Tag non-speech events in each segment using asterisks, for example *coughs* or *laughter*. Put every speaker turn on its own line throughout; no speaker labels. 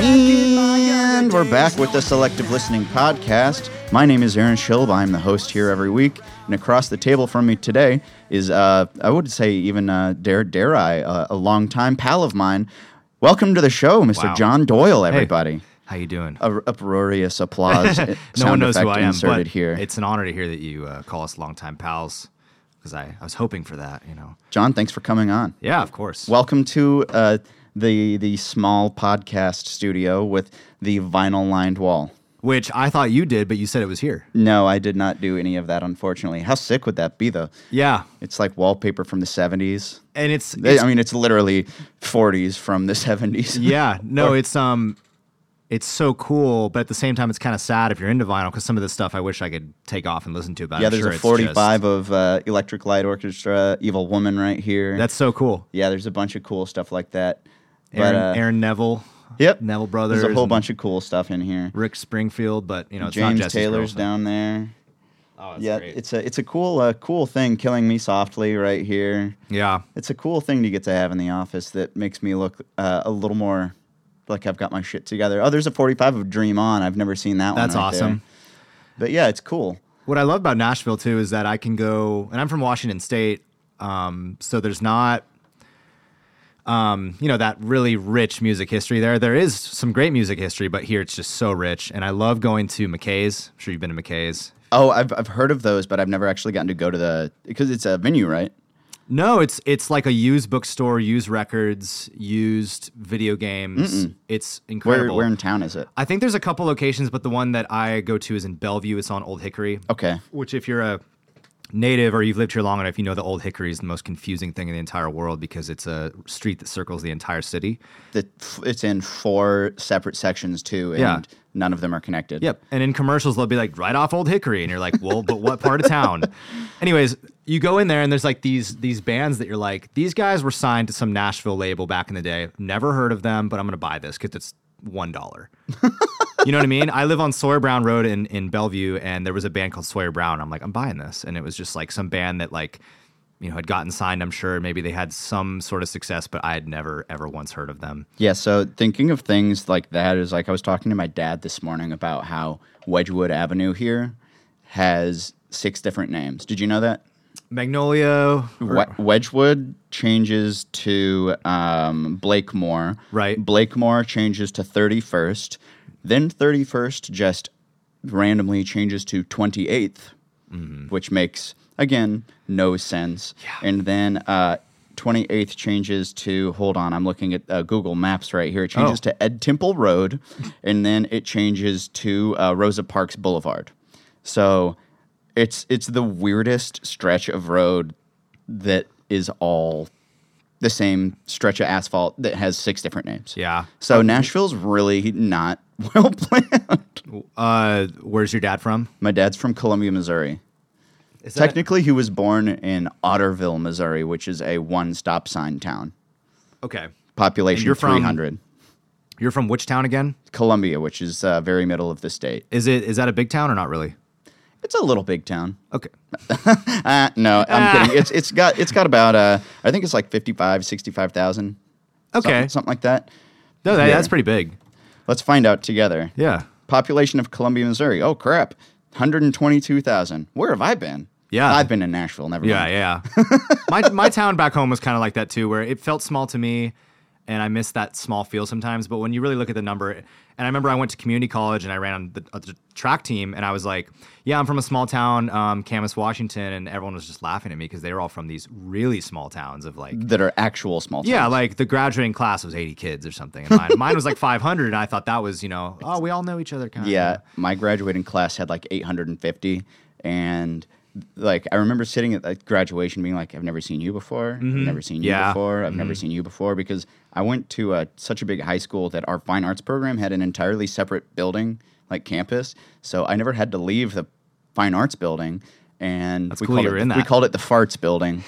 And we're back with the Selective Listening Podcast. My name is Aaron Schilb. I'm the host here every week. And across the table from me today is, uh, I would say, even uh, dare, dare I, uh, a longtime pal of mine. Welcome to the show, Mr.
Wow.
John Doyle, everybody.
How you doing?
A, uproarious
*laughs*
applause. no
no one knows who I am,
inserted
but
here.
it's an honor to hear that you uh, call us longtime pals because I, I was hoping for that, you know.
John, thanks for coming on.
Yeah, of course.
Welcome to uh, the the small podcast studio with the vinyl lined wall.
Which I thought you did, but you said it was here.
No, I did not do any of that, unfortunately. How sick would that be, though?
Yeah,
It's like wallpaper from the 70s.
and it's,
They-
it's-
I mean, it's literally 40s from the 70s.
*laughs* yeah, no, it's um, it's so cool, but at the same time, it's kind of sad if you're into vinyl because some of this stuff I wish I could take off and listen to.
*laughs*
But
Yeah,
I'm
there's
sure
a
it's just-
45 of uh, Electric Light Orchestra, Evil Woman right here.
that's so cool.
yeah, there's a bunch of cool stuff like that.
Aaron,
but, uh,
Aaron Neville,
yep,
Neville
there's a
Brothers
whole
and-
bunch of cool stuff in here.
Rick Springfield, but you know, it's not
James
Jesse's
Taylor's
girlfriend.
down there.
Oh, that's
yeah,
great.
it's a it's a cool uh, cool thing. Killing me softly right here.
yeah,
It's a cool thing to get to have in the office that makes me look uh, a little more like I've got my shit together. Oh, there's a 45 of Dream On. I've never seen that one.
that's
right
awesome.
there. But yeah, it's cool.
What I love about Nashville too is that I can go, and I'm from Washington State, um, so there's not, um, you know, that really rich music history there. There is some great music history, but here it's just so rich, and I love going to McKay's. I'm sure you've been to McKay's.
Oh, I've I've heard of those, but I've never actually gotten to go to the because it's a venue, right?
No, it's it's like a used bookstore, used records, used video games. It's incredible.
Where where in town is it?
I think there's a couple locations, but the one that I go to is in Bellevue. It's on Old Hickory.
Okay.
which if you're a native or you've lived here long enough, you know the old hickory is the most confusing thing in the entire world because it's a street that circles the entire city.
The, it's in four separate sections too, and
Yeah.
none of them are connected.
Yep. And in commercials, they'll be like, right off Old Hickory. And you're like, well, but what part of town? Anyways, you go in there and there's like these these bands that you're like, these guys were signed to some Nashville label back in the day. Never heard of them, but I'm gonna buy this because it's one dollar. you know what I mean? I live on Sawyer Brown Road in, in Bellevue, and there was a band called Sawyer Brown. I'm like, I'm buying this. And it was just like some band that like you know, had gotten signed, I'm sure. Maybe they had some sort of success, but I had never, ever once heard of them.
Yeah, so thinking of things like that is like I was talking to my dad this morning about how Wedgewood Avenue here has six different names. Did you know that?
Magnolia,
We- Wedgewood changes to um, Blakemore.
Right.
Blakemore changes to 31st. Then 31st just randomly changes to 28th,
Mm-hmm.
which makes, again, no sense. And then uh, 28th changes to, hold on, I'm looking at uh, Google Maps right here. It changes
Oh.
to Ed Temple Road, and then it changes to uh, Rosa Parks Boulevard. So it's it's the weirdest stretch of road that is all the same stretch of asphalt that has six different names.
yeah.
So Nashville's really not *laughs* well planned.
Uh, where's your dad from?
My dad's from Columbia, Missouri.
Is that-
Technically, he was born in Otterville, Missouri, which is a one stop sign town.
okay.
Population
And you're from-
300.
You're from which town again?
Columbia, which is uh, very middle of the state.
Is it is that a big town or not really?
It's a little big town.
Okay.
Uh, no,
Ah.
I'm kidding. It's it's got it's got about uh, I think it's like 55, 65,000.
Okay.
Something, something like that.
no, that,
yeah.
that's pretty big.
Let's find out together.
Yeah.
Population of Columbia, Missouri. Oh crap, 122,000. Where have I been?
Yeah.
I've been in Nashville. Never.
Yeah,
mind.
yeah. my my town back home was kind of like that too, where it felt small to me, and I miss that small feel sometimes. But when you really look at the number, and I remember I went to community college and I ran on the, uh, the track team, and I was like, "Yeah, I'm from a small town, um, Camas, Washington," and everyone was just laughing at me because they were all from these really small towns of like.
That are actual small.
Yeah,
towns.
like the graduating class was 80 kids or something. And mine, mine was like *laughs* 500. And I thought that was, you know, oh, we all know each other kind of.
Yeah, my graduating class had like 850, and like I remember sitting at like, graduation being like, I've never seen you before. I've never seen you
Mm-hmm. Yeah. Mm-hmm.
before. I've never seen you before because I went to uh, such a big high school that our fine arts program had an entirely separate building, like campus. So I never had to leave the fine arts building, and
cool
called
you were
it
in
the- we
that.
called it the farts
*laughs*
building,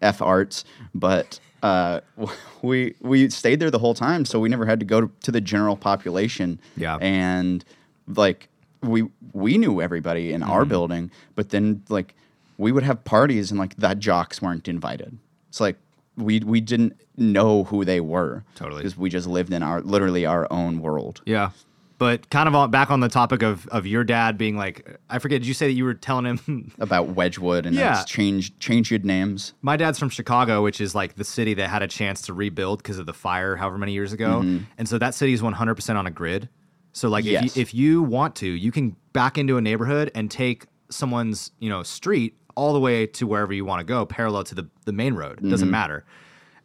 f arts, but. Uh, *laughs* we we stayed there the whole time, so we never had to go to, to the general population.
Yeah.
And like we we knew everybody in
Mm-hmm.
our building, but then like we would have parties and like the jocks weren't invited. It's like we we didn't know who they were
Totally.
because we just lived in our literally our own world.
Yeah. But kind of on, back on the topic of, of your dad being like, I forget, did you say that you were telling him *laughs*
About Wedgwood and
Yeah.
it's change change your names.
my dad's from Chicago, which is like the city that had a chance to rebuild because of the fire however many years ago. And so that city is 100% on a grid. So like if,
Mm-hmm. Yes.
you, if you want to, you can back into a neighborhood and take someone's, you know, street all the way to wherever you want to go, parallel to the, the main road. It
Mm-hmm.
doesn't matter.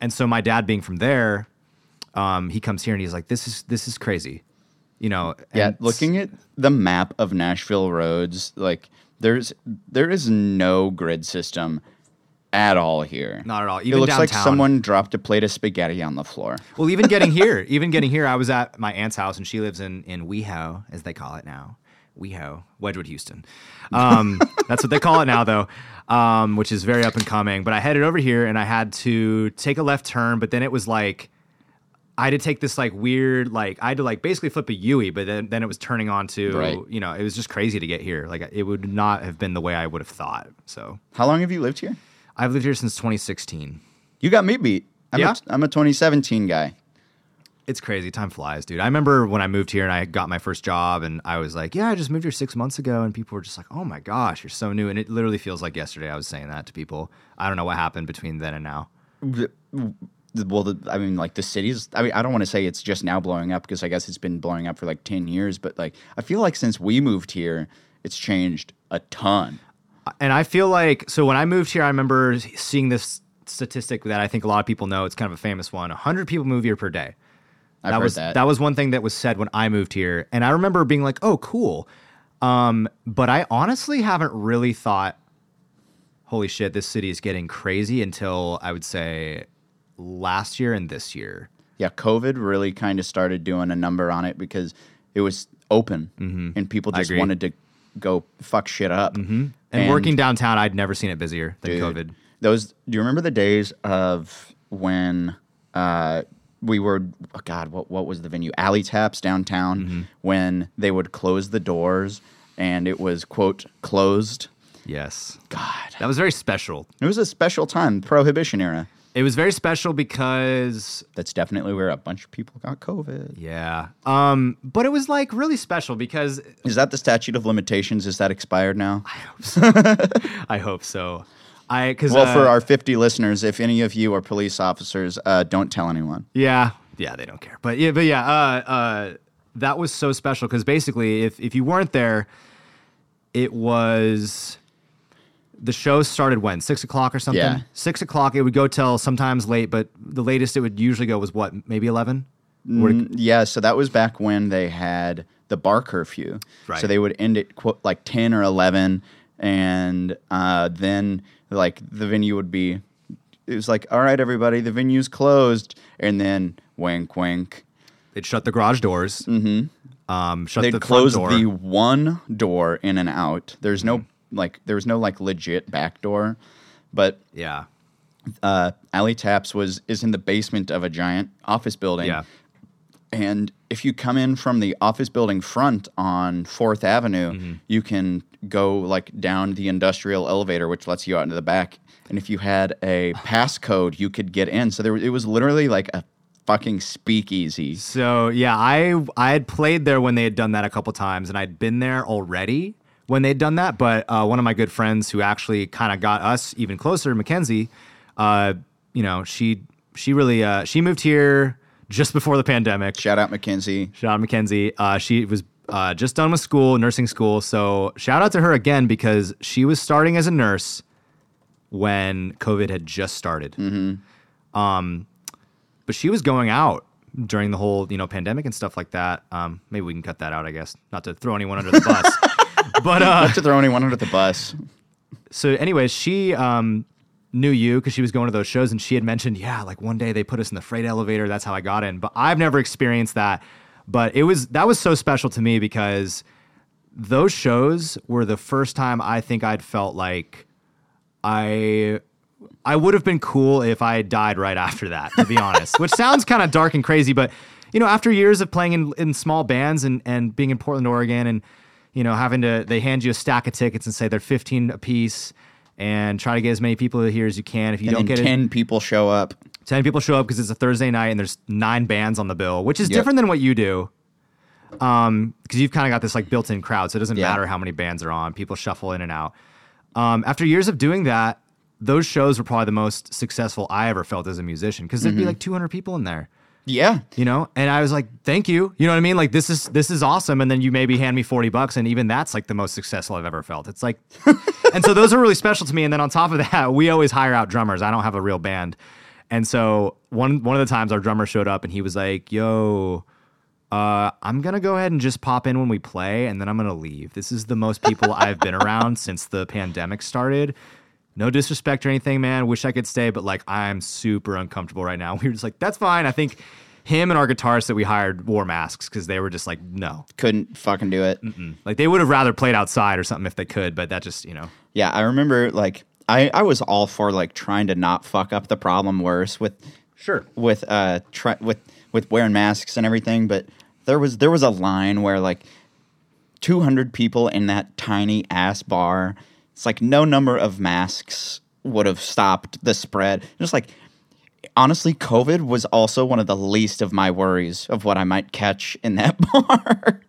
And so my dad being from there, um, he comes here and he's like, this is, this is crazy. You know,
Yeah,
and-
looking at the map of Nashville roads, like there's there is no grid system at all here.
Not at all.
it
Even
looks like
downtown.
someone dropped a plate of spaghetti on the floor.
Well, even getting here, even getting here, I was at my aunt's house, and she lives in in WeHo, as they call it now, WeHo, Wedgwood, Houston. Um, *laughs* that's what they call it now, though, um, which is very up and coming. But I headed over here, and I had to take a left turn, but then it was like. I had to take this like weird like I had to like basically flip a Yui, but then, then it was turning onto
Right.
you know it was just crazy to get here. Like it would not have been the way I would have thought. So
How long have you lived here?
I've lived here since 2016.
You got me beat. I'm,
Yeah?
a, I'm a 2017 guy.
It's crazy. Time flies, dude. I remember when I moved here and I got my first job, and I was like, "Yeah, I just moved here six months ago," and people were just like, "Oh my gosh, you're so new." And it literally feels like yesterday I was saying that to people. I don't know what happened between then and now.
Well, the, I mean, like the city's. I mean, I don't want to say it's just now blowing up because I guess it's been blowing up for like 10 years. But like, I feel like since we moved here, it's changed a ton.
And I feel like so when I moved here, I remember seeing this statistic that I think a lot of people know. It's kind of a famous one: 100 people move here per day.
I've
that
heard
was
that.
was one thing that was said when I moved here, and I remember being like, "Oh, cool," um, but I honestly haven't really thought, "Holy shit, this city is getting crazy." Until I would say last year and this year.
Yeah, COVID really kind of started doing a number on it because it was open and people just
Mm-hmm. agree.
wanted to go fuck shit up. Mm-hmm.
And, working downtown, I'd never seen it busier than COVID.
Those. Do you remember the days of when uh, we were? Oh God, what what was the venue? Alley Taps downtown.
Mm-hmm.
When they would close the doors and it was quote closed.
Yes,
God,
that was very special.
it was a special time, Prohibition era.
It was very special because
That's definitely where a bunch of people got COVID.
yeah, um, but it was like really special because
Is that the statute of limitations? Is that expired now?
I hope so. I because
Well, for our 50 listeners, if any of you are police officers, uh, don't tell anyone.
Yeah. Yeah, they don't care. But yeah, but yeah, uh, uh, that was so special because basically, if if you weren't there, it was the show started when six o'clock or something.
Yeah.
Six o'clock. It would go till sometimes late, but the latest it would usually go was what maybe eleven. Would it-
Mm, Yeah, so that was back when they had the bar curfew.
Right.
So they would end at quote, like 10 or 11, and uh, then like the venue would be, it was like, all right, everybody, the venue's closed. And then wink, wink.
They'd shut the garage doors. Mm-hmm. Um, shut
They'd
the
close
front door.
the one door in and out. There's no
Mm-hmm.
like, there was no like legit back door, but
yeah.
uh, Alley Taps was is in the basement of a giant office building.
Yeah.
And if you come in from the office building front on Fourth Avenue,
Mm-hmm.
you can go like down the industrial elevator, which lets you out into the back. And if you had
*sighs*
a passcode, you could get in. So there, it was literally like a fucking speakeasy.
So yeah, I I had played there when they had done that a couple times, and I'd been there already when they'd done that. But uh, one of my good friends who actually kind of got us even closer, Mackenzie, uh, you know, she she really uh, she moved here just before the pandemic.
Shout out
*laughs*
McKinsey.
Shout out Mackenzie. Uh, she was uh, just done with school, nursing school. So shout out to her again because she was starting as a nurse when COVID had just started. Um, but she was going out during the whole you know pandemic and stuff like that. Um, maybe we can cut that out, I guess, not to throw anyone under the bus. but uh,
Not to throw anyone under the bus.
so anyways, she um knew you because she was going to those shows and she had mentioned, yeah, like one day they put us in the freight elevator. That's how I got in. But I've never experienced that. But it was that was so special to me because those shows were the first time I think I'd felt like I I would have been cool if I had died right after that, to be honest. Which sounds kind of dark and crazy, but you know, after years of playing in, in small bands and, and being in Portland, Oregon, and you know, having to they hand you a stack of tickets and say they're fifteen a piece, and try to get as many people here as you can. If you
And
*laughs* don't
then
get it,
ten people show up.
10 people show up because it's a Thursday night and there's nine bands on the bill, which is
Yep.
different than what you do. Um, because you've kind of got this like built in crowd, so it doesn't
Yeah.
matter how many bands are on, people shuffle in and out. Um, after years of doing that, those shows were probably the most successful I ever felt as a musician because there'd
Mm-hmm.
be like 200 people in there,
Yeah,
you know, and I was like, thank you, you know what I mean? Like, this is this is awesome. And then you maybe hand me 40 bucks, and even that's like the most successful I've ever felt. It's like, and so those are really special to me. And then on top of that, we always hire out drummers. I don't have a real band. And so one one of the times our drummer showed up and he was like, "Yo, uh, I'm gonna go ahead and just pop in when we play, and then I'm gonna leave. This is the most people I've been around since the pandemic started. No disrespect or anything, man. Wish I could stay, but like I'm super uncomfortable right now. *laughs* We were just like, that's fine. I think him and our guitarist that we hired wore masks because they were just like, no,
couldn't fucking do it.
like they would have rather played outside or something if they could, but that just you know,
Yeah, I remember like I I was all for like trying to not fuck up the problem worse with
sure.
with uh try, with with wearing masks and everything, but there was there was a line where like 200 people in that tiny ass bar. It's like no number of masks would have stopped the spread. Just like honestly, COVID was also one of the least of my worries of what I might catch in that *laughs* bar.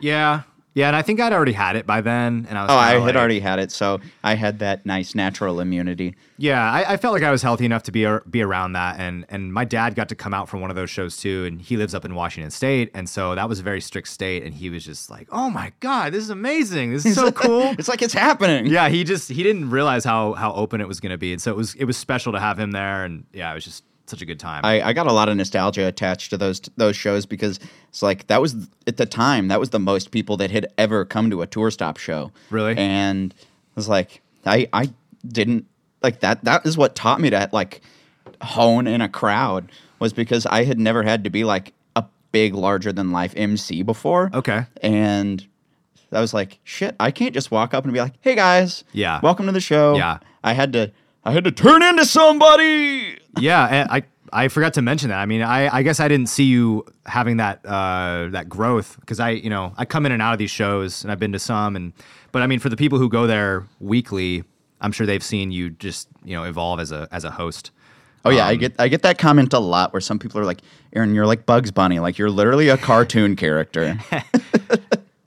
Yeah, yeah. And I think I'd already had it by then, and I was
oh, I
kinda
had
like-
already had it, so I had that nice natural immunity.
Yeah, I, I felt like I was healthy enough to be ar- be around that, and and my dad got to come out from one of those shows too, and he lives up in Washington State, and so that was a very strict state, and he was just like, "Oh my god, this is amazing! This is so cool!"
It's like it's happening.
yeah, he just he didn't realize how how open it was going to be, and so it was it was special to have him there, and yeah, it was just such a good time.
I, I got a lot of nostalgia attached to those those shows because it's like that was at the time that was the most people that had ever come to a tour stop show.
Really?
and it was like I I didn't like that. That is what taught me to like hone in a crowd was because I had never had to be like a big larger than life MC before.
Okay.
and I was like, shit, I can't just walk up and be like, hey guys,
Yeah.
welcome to the show.
Yeah.
I had to I had to turn into somebody.
yeah, and I I forgot to mention that. I mean, I, I guess I didn't see you having that uh, that growth because I you know I come in and out of these shows and I've been to some and but I mean for the people who go there weekly, I'm sure they've seen you just you know evolve as a as a host.
Oh yeah, I
Um,
get I get that comment a lot where some people are like, "Aaron, you're like Bugs Bunny, like you're literally a cartoon character." *laughs*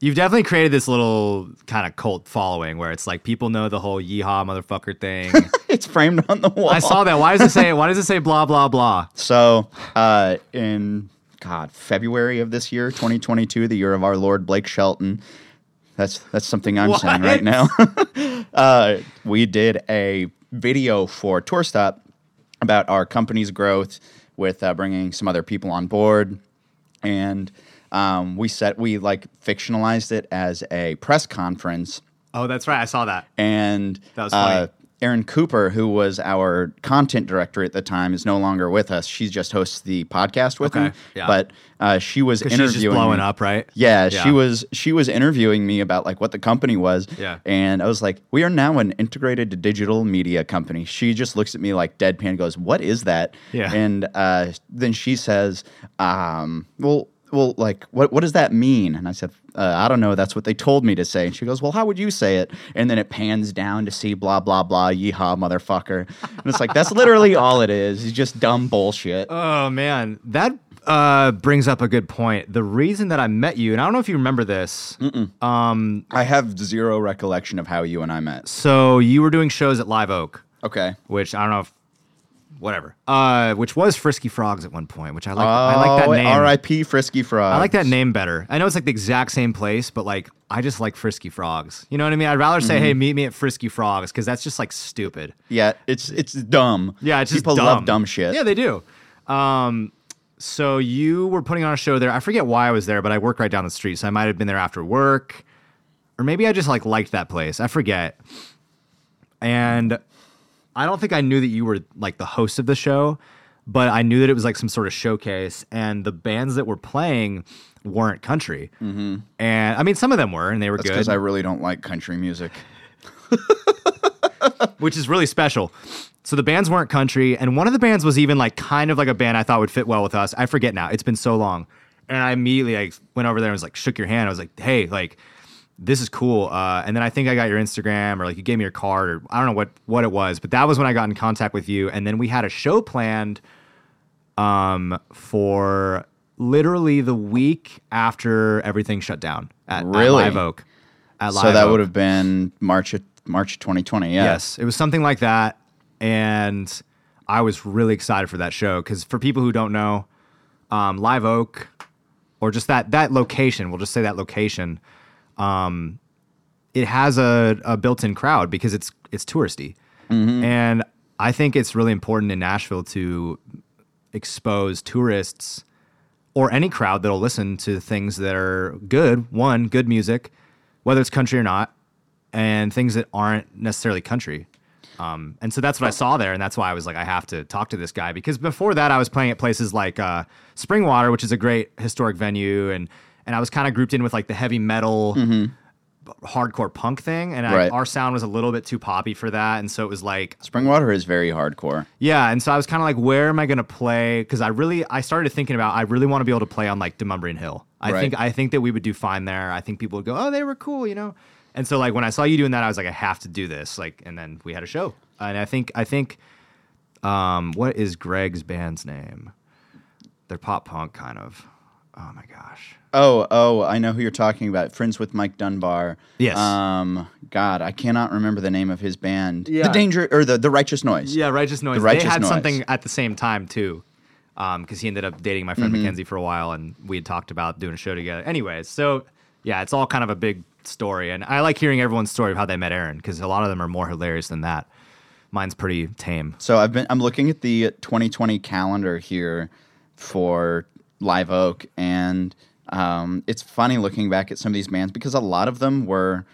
You've definitely created this little kind of cult following where it's like people know the whole yeehaw motherfucker thing.
it's framed on the wall.
I saw that. Why does it say? Why does it say blah blah blah?
So, uh, in God February of this year, 2022, the year of our Lord Blake Shelton. That's that's something I'm saying right now. *laughs* uh, we did a video for Tour Stop about our company's growth with uh, bringing some other people on board, and um, we set we like fictionalized it as a press conference.
Oh, that's right. I saw that.
and
That was
uh,
funny.
Aaron Cooper, who was our content director at the time, is no longer with us. She just hosts the podcast with
Okay,
me,
yeah.
but uh, she was
She's
interviewing
just blowing
me.
up, right?
Yeah, she
Yeah.
was she was interviewing me about like what the company was.
Yeah.
And I was like, We are now an integrated digital media company. She just looks at me like deadpan goes, What is that?
Yeah.
And uh, then she says, um, well well like what what does that mean? And I said, uh, I don't know, that's what they told me to say. And she goes, Well, how would you say it? And then it pans down to see blah blah blah, yeehaw motherfucker. And it's like that's literally all it is. It's just dumb bullshit.
Oh man, that uh, brings up a good point. The reason that I met you, and I don't know if you remember this,
I have zero recollection of how you and I met.
so you were doing shows at Live Oak,
Okay.
which I don't know if whatever, uh, which was Frisky Frogs at one point, which I like. I like
Oh,
that name.
R.I.P. Frisky Frog.
I like that name better. I know it's like the exact same place, but like I just like Frisky Frogs. You know what I mean? I'd rather say, "Hey, meet me at Frisky Frogs," because that's just like stupid.
Yeah, it's it's dumb.
Yeah, it's just
people
dumb.
love dumb shit.
Yeah, they do. Um, so you were putting on a show there. I forget why I was there, but I worked right down the street, so I might have been there after work, or maybe I just like liked that place. I forget. And I don't think I knew that you were like the host of the show, but I knew that it was like some sort of showcase, and the bands that were playing weren't country. And I mean, some of them were, and they were
Mm-hmm. That's
good
because I really don't like country music.
which is really special. So the bands weren't country, and one of the bands was even like kind of like a band I thought would fit well with us. I forget now; it's been so long. And I immediately like went over there and was like shook your hand. I was like, "Hey, like this is cool. Uh, and then I think I got your Instagram or like you gave me your card or I don't know what what it was, but that was when I got in contact with you. And then we had a show planned um, for literally the week after everything shut down at, at
Really?
Live Oak. At
so that
Oak.
would have been March of, March of 2020. Yeah.
Yes, it was something like that, and I was really excited for that show because for people who don't know, um, Live Oak, or just that that location, we'll just say that location, um, it has a, a built-in crowd because it's it's touristy, and I think it's really important in Nashville to expose tourists or any crowd that'll listen to things that are good. One, good music, whether it's country or not, and things that aren't necessarily country. Um, and so that's what I saw there, and that's why I was like, I have to talk to this guy because before that, I was playing at places like uh, Springwater, which is a great historic venue, and and I was kind of grouped in with like the heavy metal, b- hardcore punk thing, and I,
Right.
our sound was a little bit too poppy for that, and so it was like
Springwater is very hardcore.
yeah, and so I was kind of like, where am I going to play? Because I really, I started thinking about, I really want to be able to play on like Demumbrian Hill. I
Right.
think, I think that we would do fine there. I think people would go, oh, they were cool, you know. And so like when I saw you doing that, I was like, I have to do this. Like, and then we had a show, and I think, I think, um, what is Greg's band's name? They're pop punk kind of. Oh my gosh.
Oh, oh, I know who you're talking about. Friends with Mike Dunbar.
Yes.
Um, God, I cannot remember the name of his band.
Yeah.
The Danger or the the Righteous Noise.
Yeah, Righteous Noise.
Righteous
they had
Noise.
something at the same time too, because he ended up dating my
Mm-hmm.
friend Mackenzie for a while, and we had talked about doing a show together. Anyways, so yeah, it's all kind of a big story, and I like hearing everyone's story of how they met Aaron because a lot of them are more hilarious than that. Mine's pretty tame.
So I've been I'm looking at the 2020 calendar here for Live Oak, and um, it's funny looking back at some of these bands because a lot of them were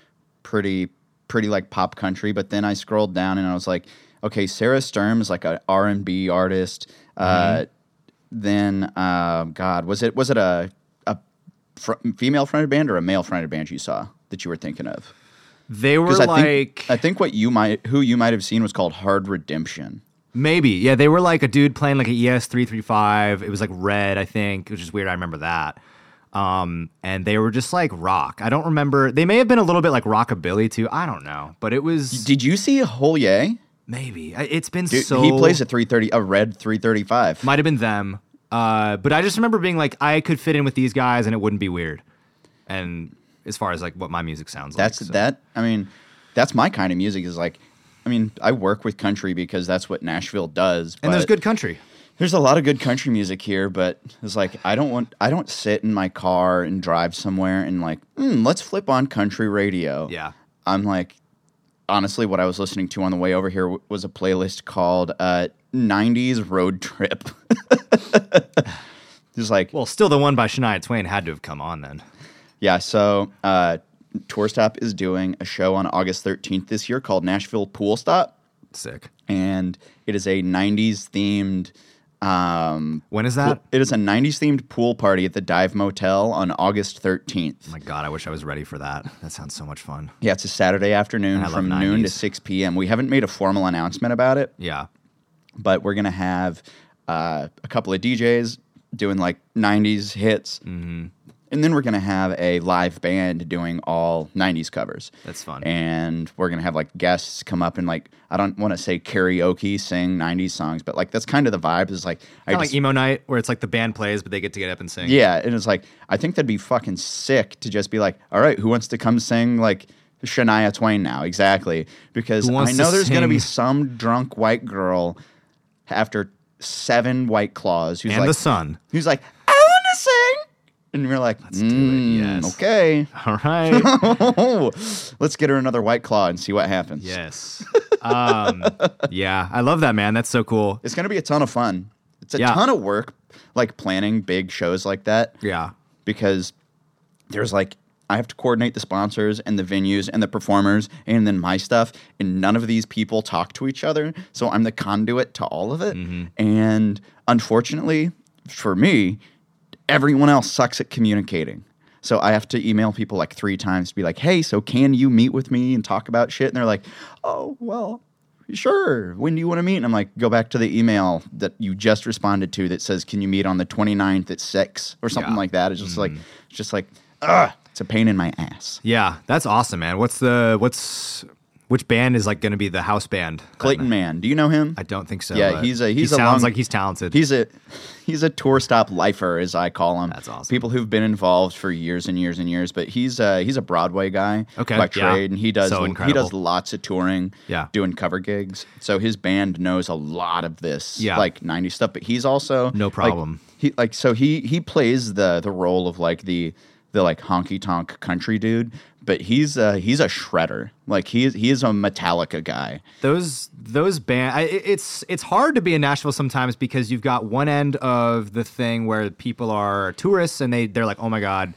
pretty pretty like pop country. But then I scrolled down and I was like, okay, Sarah Sturm is like a R and B artist. Uh, then uh, God, was it was it a a fr- female fronted band or a male fronted band you saw that you were thinking of?
They were
'Cause I
like
think, I think what you might who you might have seen was called Hard Redemption.
maybe yeah, they were like a dude playing like a ES three three five. It was like red, I think, which is weird. I remember that. Um, and they were just like rock. I don't remember. They may have been a little bit like rockabilly too. I don't know, but it was.
Did you see Holye?
Maybe I- it's been
Dude,
so.
he plays a three thirty, a red three thirty five.
Might have been them, uh, but I just remember being like, I could fit in with these guys, and it wouldn't be weird. And as far as like what my music sounds
That's
like, so-
that. I mean, that's my kind of music. Is like, I mean, I work with country because that's what Nashville does.
and there's
but
good country.
There's a lot of good country music here, but it's like I don't want. I don't sit in my car and drive somewhere and like, mm, let's flip on country radio.
Yeah.
I'm like, honestly, what I was listening to on the way over here w- was a playlist called uh, "90s Road Trip." *laughs* Just like
Well, still the one by Shania Twain had to have come on then.
Yeah, so uh, Tour Stop is doing a show on August 13th this year called Nashville Pool Stop,
Sick.
and it is a 90s themed. Um,
When is
pool-
that?
it is a 90s themed pool party at the Dive Motel on August 13th.
Oh my God, I wish I was ready for that. That sounds so much fun.
Yeah, it's a Saturday afternoon
love
from noon to
90s.
6 p.m. We haven't made a formal announcement about it,
Yeah.
but we're going to have uh, a couple of DJs doing like 90s hits.
Mm-hmm.
And then we're going to have a live band doing all 90s covers.
That's fun.
And we're going to have like guests come up and like, I don't want to say karaoke, sing 90s songs, but like that's kind of the vibe is like, I
Kinda
just,
like emo night where it's like the band plays, but they get to get up and sing.
yeah. And it's like, I think that'd be fucking sick to just be like, all right, who wants to come sing like Shania Twain now? Exactly. Because
Who wants
I know
to
there's going to be
sing?
some drunk white girl after seven white claws who's
And
like,
the sun.
who's like, I want to sing. And you're like,
do it,
"Mm,
yes."
okay. *laughs*
All right.
Let's get her another white claw and see what happens.
yes. Um, yeah, I love that man. That's
*laughs*
so cool.
It's going to be a ton of fun. It's a
Yeah.
ton of work, like planning big shows like that,
Yeah.
because there's like, I have to coordinate the sponsors and the venues and the performers and then my stuff. And none of these people talk to each other. So I'm the conduit to all of it. And unfortunately for me, everyone else sucks at communicating. So I have to email people like three times to be like, hey, so can you meet with me and talk about shit? And they're like, oh, well, sure. When do you want to meet? And I'm like, go back to the email that you just responded to that says, can you meet on the 29th at 6 or something
Yeah. Mm-hmm.
like that. It's just like, it's just like, ugh. It's a pain in my ass.
Yeah, that's awesome, man. What's the what's which band is like going to be the house band? that
Clayton
night?
Mann, do you know him?
I don't think so.
Yeah,
but
he's a-
he
he's a
sounds
long-
like he's talented.
He's a he's a tour stop lifer, as I call him.
That's awesome.
People who've been involved for years and years and years, but he's uh, he's a Broadway guy
Okay,
by
yeah.
trade, and he does
So
he
incredible.
does lots of touring,
Yeah.
doing cover gigs. So his band knows a lot of this,
Yeah.
like '90s stuff. But he's also
No
like,
problem.
he like so he he plays the the role of like the the like honky tonk country dude, but he's uh, he's a shredder. Like he is he is a Metallica guy.
those those band I, it- it's it's hard to be in Nashville sometimes because you've got one end of the thing where people are tourists and they they're like oh my god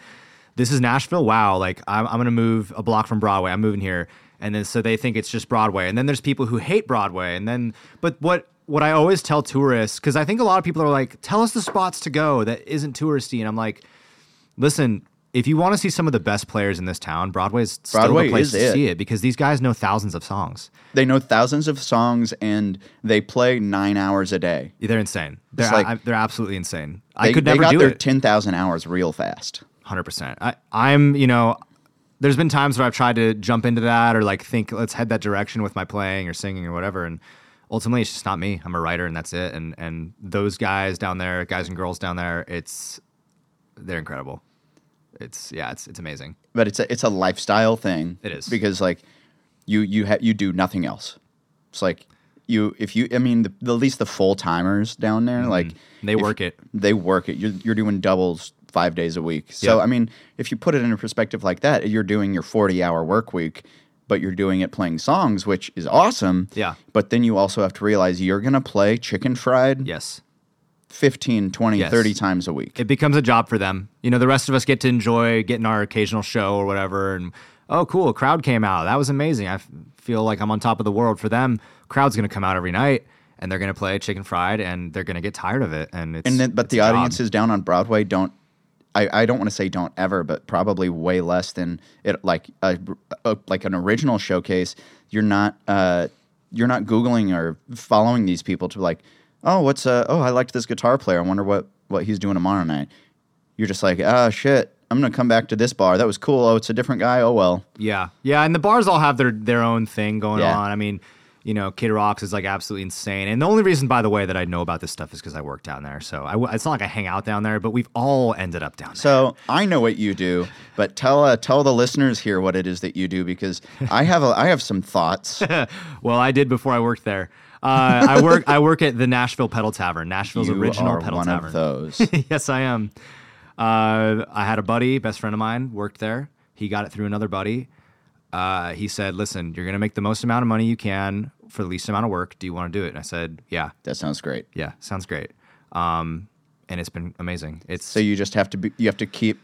this is Nashville wow like I'm I'm gonna move a block from Broadway I'm moving here and then so they think it's just Broadway and then there's people who hate Broadway and then but what what I always tell tourists because I think a lot of people are like tell us the spots to go that isn't touristy and I'm like listen, if you want to see some of the best players in this town, Broadway's still
Broadway
the place
is
to
it.
see it because these guys know thousands of songs.
They know thousands of songs and they play nine hours a day.
They're insane. They're
It's like-
I, they're absolutely insane.
They,
I could
they
never
got
do
their
it.
ten thousand hours real fast.
Hundred percent. I I'm you know, there's been times where I've tried to jump into that or like think let's head that direction with my playing or singing or whatever, and ultimately it's just not me. I'm a writer and that's it. And and those guys down there, guys and girls down there, it's they're incredible. It's yeah, it's it's amazing.
But it's a it's a lifestyle thing.
It is.
because like you you ha- you do nothing else. It's like you if you I mean the, the- at least the full timers down there
Mm-hmm.
like
They
if-
work it.
They work it. You're you're doing doubles five days a week. So
Yeah.
I mean if you put it in a perspective like that, you're doing your forty hour work week. But you're doing it playing songs, which is awesome.
Yeah.
But then you also have to realize you're going to play chicken fried
Yes.
15, 20,
Yes.
30 times a week.
it becomes a job for them. You know, the rest of us get to enjoy getting our occasional show or whatever. And oh, cool, a crowd came out. That was amazing. I f- feel like I'm on top of the world. For them, crowd's going to come out every night and they're going to play chicken fried and they're going to get tired of it. And it's
and then, but
it's
the
a job.
audiences down on Broadway don't. I, I don't want to say don't ever, but probably way less than it. Like a, a like an original showcase, you're not uh, you're not googling or following these people to like, oh, what's uh, oh, I liked this guitar player. I wonder what what he's doing tomorrow night. You're just like, ah, shit. I'm gonna come back to this bar. That was cool. Oh, it's a different guy. Oh well.
Yeah, yeah, and the bars all have their their own thing going
Yeah.
on. I mean, you know, Kid Rocks is like absolutely insane. And the only reason, by the way, that I know about this stuff is because I work down there. So I w- it's not like I hang out down there, but we've all ended up down there.
So I know what you do, but tell uh, tell the listeners here what it is that you do because I have a, I have some
*laughs*
thoughts.
Well, I did before I worked there. Uh, I work. I work at the Nashville Pedal Tavern, Nashville's
you
original
are
pedal
one
tavern.
of those.
*laughs* yes, I am. Uh, I had a buddy, best friend of mine, worked there. He got it through another buddy. Uh, he said, "Listen, you're gonna make the most amount of money you can for the least amount of work. Do you want to do it?" And I said, "Yeah,
That sounds great.
yeah, sounds great." Um, and it's been amazing. It's
So you just have to be, you have to keep.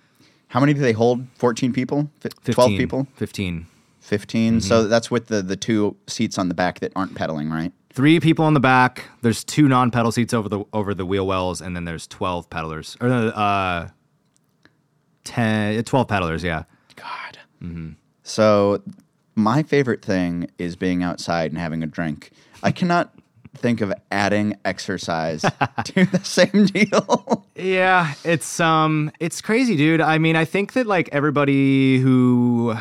How many do they hold? Fourteen people, Fi
15,
twelve people,
15.
15 So that's with the the two seats on the back that aren't pedaling, right?
Three people in the back. There's two non-pedal seats over the over the wheel wells, and then there's twelve pedalers or no, uh, 10, 12 pedalers. Yeah,
God. So my favorite thing is being outside and having a drink. I cannot think of adding exercise to the same deal.
yeah. It's um, it's crazy, dude. I mean, I think that like everybody who,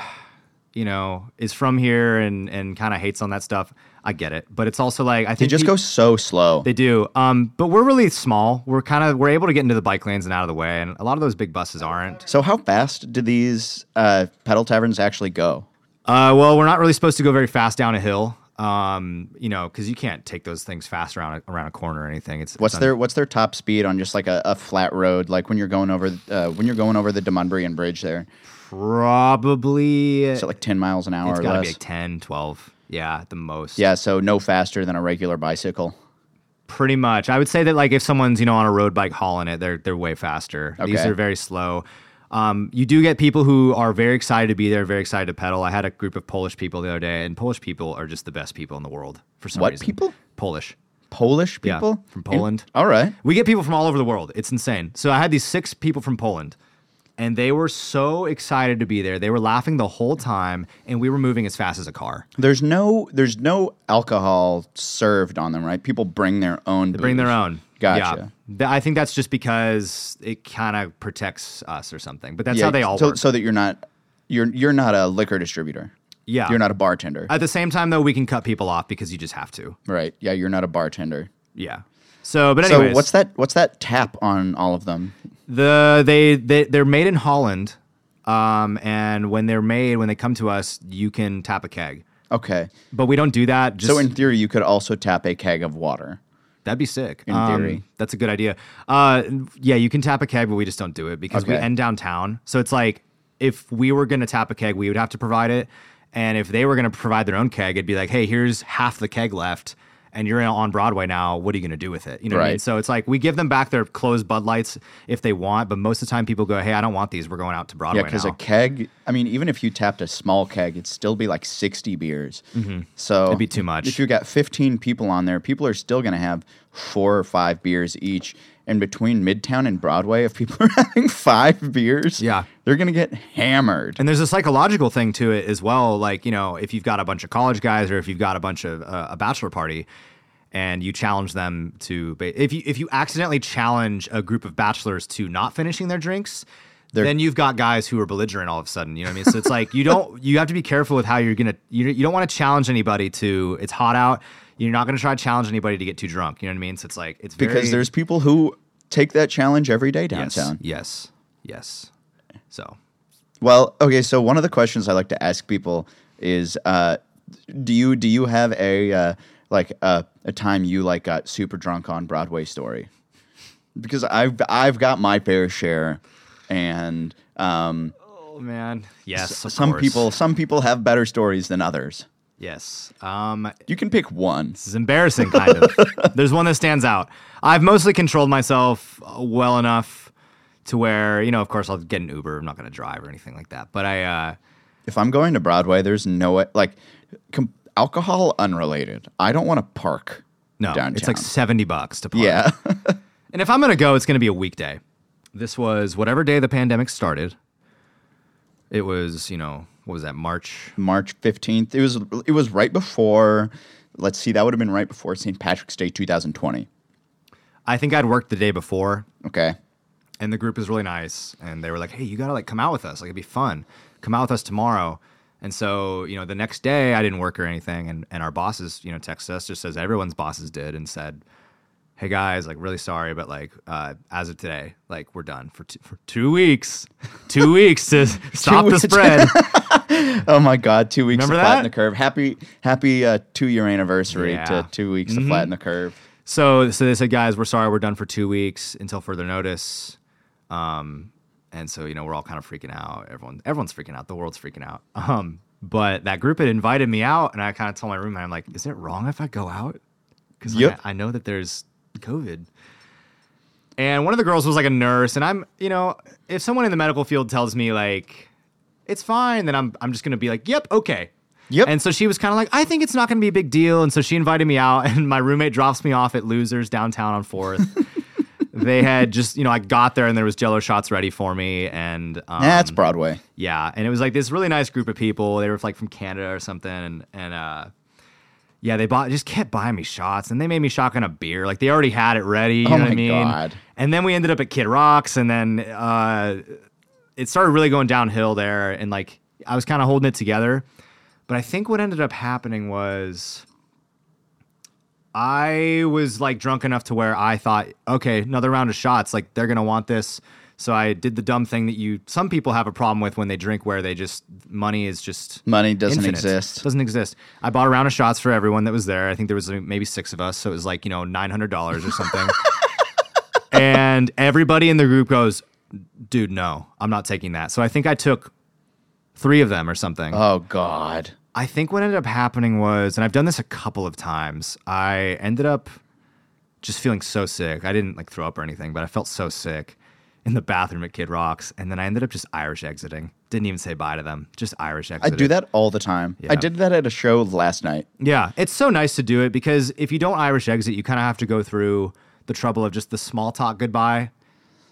you know, is from here and and kind of hates on that stuff. I get it, but it's also like I think
They just
pe-
go so slow.
They do. Um, but we're really small. We're kind of we're able to get into the bike lanes and out of the way, and a lot of those big buses aren't.
So how fast do these uh, pedal taverns actually go?
Uh, well, we're not really supposed to go very fast down a hill. Um, you know, because you can't take those things fast around a, around a corner or anything. It's
What's
it's un-
their what's their top speed on just like a, a flat road, like when you're going over uh, when you're going over the Demunbrian Bridge there?
probably
Is it like ten miles an hour
it's
or
gotta
less?
be like 10, 12. Yeah, at the most.
yeah, so no faster than a regular bicycle.
pretty much. I would say that like if someone's you know on a road bike hauling it, they're they're way faster. These
Okay.
are very slow. Um, you do get people who are very excited to be there, very excited to pedal. I had a group of Polish people the other day, and Polish people are just the best people in the world for some
What
reason.
people?
Polish.
Polish
Yeah,
people
from Poland.
all right.
We get people from all over the world. It's insane. So I had these six people from Poland and they were so excited to be there. They were laughing the whole time, and we were moving as fast as a car.
There's no there's no alcohol served on them, right? People bring their own. They
Bring their own.
Gotcha.
Yeah. Th- I think that's just because it kind of protects us or something. But that's how they all
so,
work.
so that you're not you're you're not a liquor distributor.
Yeah.
You're not a bartender.
At the same time, though, we can cut people off because you just have to.
right. Yeah, you're not a bartender.
Yeah. So, but
So
anyways,
what's that what's that tap on all of them?
the they they they're made in Holland, um, and when they're made, when they come to us, you can tap a keg,
Okay.
but we don't do that. Just
So in theory you could also tap a keg of water.
that'd be sick. In
theory.
that's a good idea. Uh, yeah, you can tap a keg, but we just don't do it because we
Okay.
end downtown. So it's like if we were gonna tap a keg, we would have to provide it, and if they were gonna provide their own keg, it'd be like, hey, here's half the keg left. And you're on Broadway now. What are you going to do with it? You know what I mean?
Right.
So it's like we give them back their closed Bud Lights if they want, but most of the time people go, "Hey, I don't want these. We're going out to Broadway
Yeah, because
now."
a keg. I mean, even if you tapped a small keg, it'd still be like sixty beers. So it'd
Mm-hmm. be too much.
If you got fifteen people on there, people are still going to have four or five beers each. And between Midtown and Broadway, if people *laughs* are having five beers,
Yeah.
they're going to get hammered.
And there's a psychological thing to it as well. Like, you know, if you've got a bunch of college guys or if you've got a bunch of uh, a bachelor party and you challenge them to, ba- if you, if you accidentally challenge a group of bachelors to not finishing their drinks, then you've got guys who are belligerent all of a sudden. You know what I mean? So it's like, you don't, you have to be careful with how you're going to, you, you don't want to challenge anybody to, it's hot out. You're not going to try to challenge anybody to get too drunk. You know what I mean? So it's like, it's
because
very,
there's people who take that challenge every day
yes,
downtown.
yes, yes. So
Well, okay. So one of the questions I like to ask people is, uh, do you do you have a uh, like uh, a time you like got super drunk on Broadway story? Because I've I've got my fair share, and um,
Oh man. Yes. of
some
course.
people some people have better stories than others.
Yes. Um,
You can pick one.
this is embarrassing,
*laughs*
kind of. There's one that stands out. I've mostly controlled myself uh, well enough to where, you know, of course, I'll get an Uber. I'm not going to drive or anything like that. But I, uh,
If I'm going to Broadway, there's no like com- alcohol unrelated. I don't want to park.
no,
downtown.
it's like 70 bucks to park.
yeah.
And if I'm going to go, it's going to be a weekday. This was whatever day the pandemic started. It was, you know, what was that, March?
March fifteenth. It was it was right before. Let's see, that would have been right before St. Patrick's Day, two thousand twenty.
I think I'd worked the day before.
Okay,
and the group is really nice and they were like hey you gotta like come out with us like it'd be fun come out with us tomorrow and so you know the next day i didn't work or anything and, and our bosses you know texted us just as everyone's bosses did and said hey guys like really sorry but like uh, as of today like we're done for, two for two weeks two weeks to stop the
weeks.
spread
Oh my God, two weeks
Remember
to
that?
flatten the curve. Happy happy uh, two year anniversary
Yeah. Mm-hmm.
to two weeks to flatten the curve.
So, so they said, guys, we're sorry, we're done for two weeks until further notice. Um, and so, you know, we're all kind of freaking out. Everyone, everyone's freaking out. The world's freaking out. *laughs* Um, but that group had invited me out, and I kind of told my roommate, I'm like, is it wrong if I go out? Because like,
Yep.
I, I know that there's COVID. And one of the girls was like a nurse, and I'm, you know, if someone in the medical field tells me like it's fine, then I'm, I'm just gonna be like, yep, okay,
Yep.
and so she was kind of like, I think it's not going to be a big deal. And so she invited me out, *laughs* and my roommate drops me off at Losers downtown on 4th. they had just, you know, I got there and there was jello shots ready for me. And um,
That's Broadway.
yeah, and it was like this really nice group of people. They were like from Canada or something, and and uh, yeah, they bought just kept buying me shots, and they made me shotgun a beer. Like they already had it ready. You
Oh
know what
my
I mean?
God.
And then we ended up at Kid Rocks, and then uh, it started really going downhill there, and like I was kind of holding it together, but I think what ended up happening was. I was like drunk enough to where I thought, okay, another round of shots. Like they're gonna want this. So I did the dumb thing that you some people have a problem with when they drink, where they just money is just
Money doesn't
infinite.
exist.
Doesn't exist. I bought a round of shots for everyone that was there. I think there was like, maybe six of us, so it was like you know nine hundred dollars
*laughs*
or something. and everybody in the group goes, "Dude, no, I'm not taking that." So I think I took three of them or something.
Oh God.
I think what ended up happening was, and I've done this a couple of times, I ended up just feeling so sick. I didn't like throw up or anything, but I felt so sick in the bathroom at Kid Rocks. And then I ended up just Irish exiting. Didn't even say bye to them, just Irish
I
exiting.
do that all the time.
Yeah.
I did that at a show last night.
Yeah. It's so nice to do it because if you don't Irish exit, you kind of have to go through the trouble of just the small talk goodbye.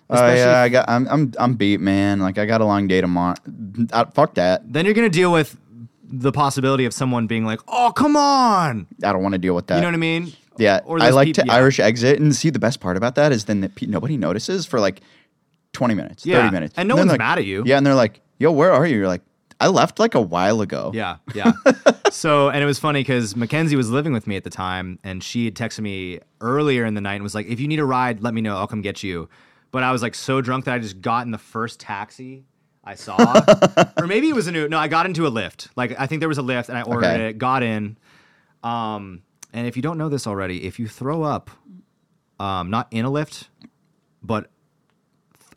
Uh, yeah, I got. I'm, I'm. I'm beat, man. Like I got a long day tomorrow. I, fuck that.
Then you're gonna deal with the possibility of someone being like, "Oh, come on,"
I don't want to deal with that.
you know what I mean?
Yeah,
Or
I
those
like
peop-
to
yeah.
Irish exit, and see the best part about that is then that pe- nobody notices for like twenty minutes,
Yeah,
thirty minutes,
and no
then
one's
like-
mad at you.
Yeah, and they're like, "Yo, where are you?" You're like, "I left like a while ago." *laughs*
Yeah, yeah. so, and it was funny because Mackenzie was living with me at the time, and she had texted me earlier in the night and was like, "If you need a ride, let me know. I'll come get you." But I was like so drunk that I just got in the first taxi I saw, or maybe it was a new. No, I got into a lift. Like I think there was a lift, and I ordered
Okay.
it, got in. Um, and if you don't know this already, if you throw up, um, not in a lift, but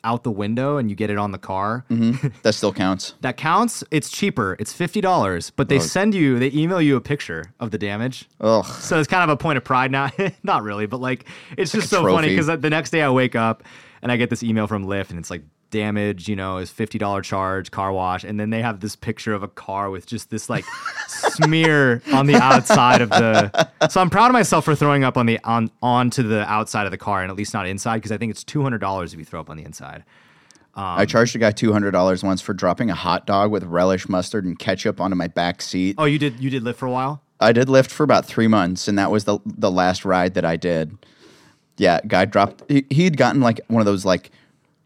out the window, and you get it on the car,
that still counts.
that counts. It's cheaper. It's fifty dollars, but they send you, they email you a picture of the damage.
Ugh.
So it's kind of a point of pride now. *laughs* Not really, but like it's just so
a
funny
trophy.
because the next day I wake up and I get this email from Lyft and it's like damage, you know, is fifty dollar charge, car wash, and then they have this picture of a car with just this like smear on the outside of the. *laughs* So I'm proud of myself for throwing up on the on onto the outside of the car and at least not inside because I think it's two hundred dollars if you throw up on the inside.
I
Um.
charged a guy two hundred dollars once for dropping a hot dog with relish, mustard, and ketchup onto my back seat.
Oh, you did you did Lyft for a while.
I did Lyft for about three months, and that was the the last ride that I did. Yeah, guy dropped. He, he'd gotten like one of those like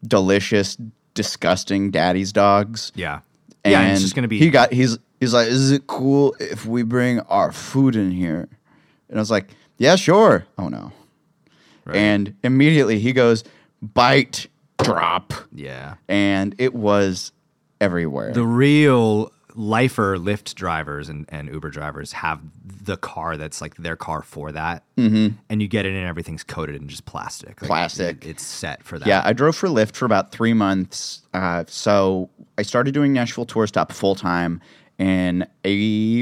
delicious, disgusting daddy's dogs.
Yeah.
And
yeah, and it's just gonna be
He got. He's he's like, is it cool if we bring our food in here? And I was like, yeah, sure. Oh no. And immediately he goes, bite, drop,
Yeah.
and it was everywhere.
The real lifer Lyft drivers and, and Uber drivers have the car that's like their car for that. Mm-hmm. And you get it and everything's coated in just plastic. Like,
Plastic.
it- it's set for that.
Yeah, I drove for Lyft for about three months. Uh, so I started doing Nashville Tour Stop full time in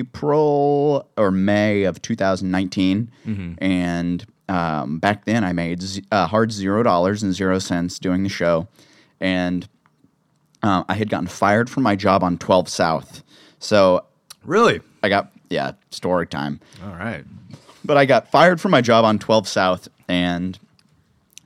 April or May of 2019. And um, back then I made z- uh, hard zero dollars and zero cents doing the show. And uh, I had gotten fired from my job on 12 South. So
Really?
I got, yeah, story time
All right.
but I got fired from my job on 12 South and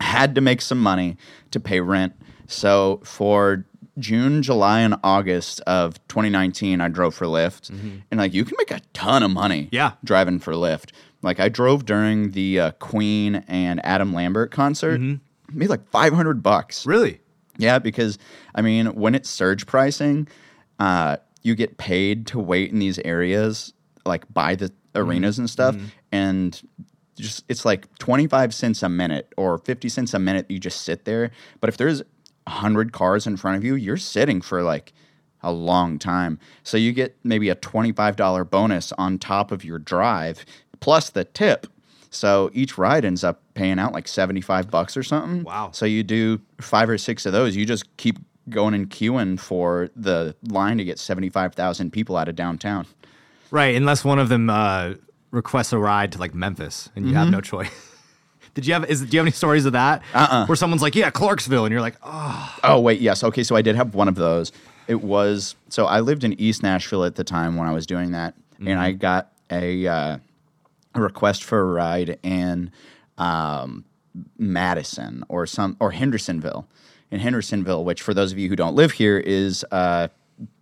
had to make some money to pay rent. So for June, July, and August of 2019, I drove for Lyft, and like you can make a ton of money,
Yeah.
driving for Lyft. Like I drove during the uh, Queen and Adam Lambert concert, made like 500 bucks.
Really?
Yeah, because I mean, when it's surge pricing, uh, you get paid to wait in these areas, like by the arenas and stuff, and just it's like twenty five cents a minute or fifty cents a minute. You just sit there, but if there's hundred cars in front of you, you're sitting for like a long time. So you get maybe a twenty five dollar bonus on top of your drive plus the tip. So each ride ends up paying out like seventy five bucks or something.
Wow.
So you do five or six of those, you just keep going and queuing for the line to get 75,000 people out of downtown.
Right. Unless one of them uh, requests a ride to like Memphis and you
Mm-hmm.
have no choice. *laughs* Did you have is do you have any stories of that? Uh-uh. Where someone's like, yeah, Clarksville, and you're like, oh
Oh, wait, yes. Okay, so I did have one of those. It was, so I lived in East Nashville at the time when I was doing that, and I got a, uh, a request for a ride in um, Madison or some or Hendersonville. In Hendersonville, which for those of you who don't live here is uh,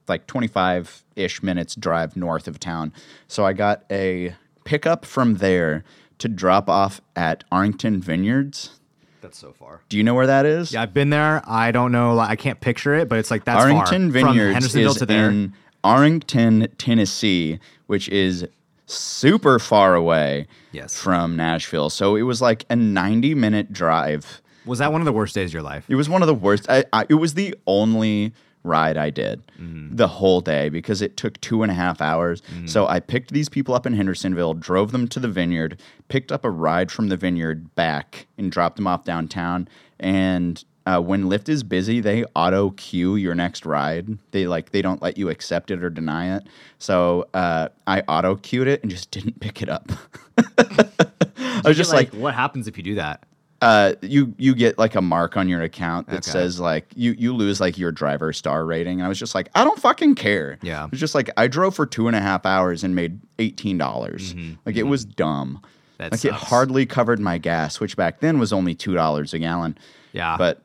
like 25 ish minutes drive north of town. So I got a pickup from there to drop off at Arlington Vineyards.
that's so far.
Do you know where that is?
Yeah, I've been there. I don't know, like, I can't picture it, but it's like that's
Arlington
far. from
Vineyards
Hendersonville
is
to there.
in Arlington, Tennessee, which is super far away
Yes.
from Nashville. So it was like a 90 minute drive.
Was that one of the worst days of your life?
It was one of the worst. I, I, it was the only ride I did the whole day because it took two and a half hours. So I picked these people up in Hendersonville, drove them to the vineyard, picked up a ride from the vineyard back, and dropped them off downtown. And uh, when Lyft is busy, they auto queue your next ride. They like they don't let you accept it or deny it. So uh, I auto queued it and just didn't pick it up. *laughs* I was just like,
what happens if you do that?
uh, you you get like a mark on your account that
Okay.
says like you you lose like your driver star rating. And I was just like, I don't fucking care.
Yeah.
it's just like I drove for two and a half hours and made eighteen dollars. Like it was dumb.
Mm-hmm. That
like it
sucks.
hardly covered my gas, which back then was only two dollars a gallon.
Yeah.
but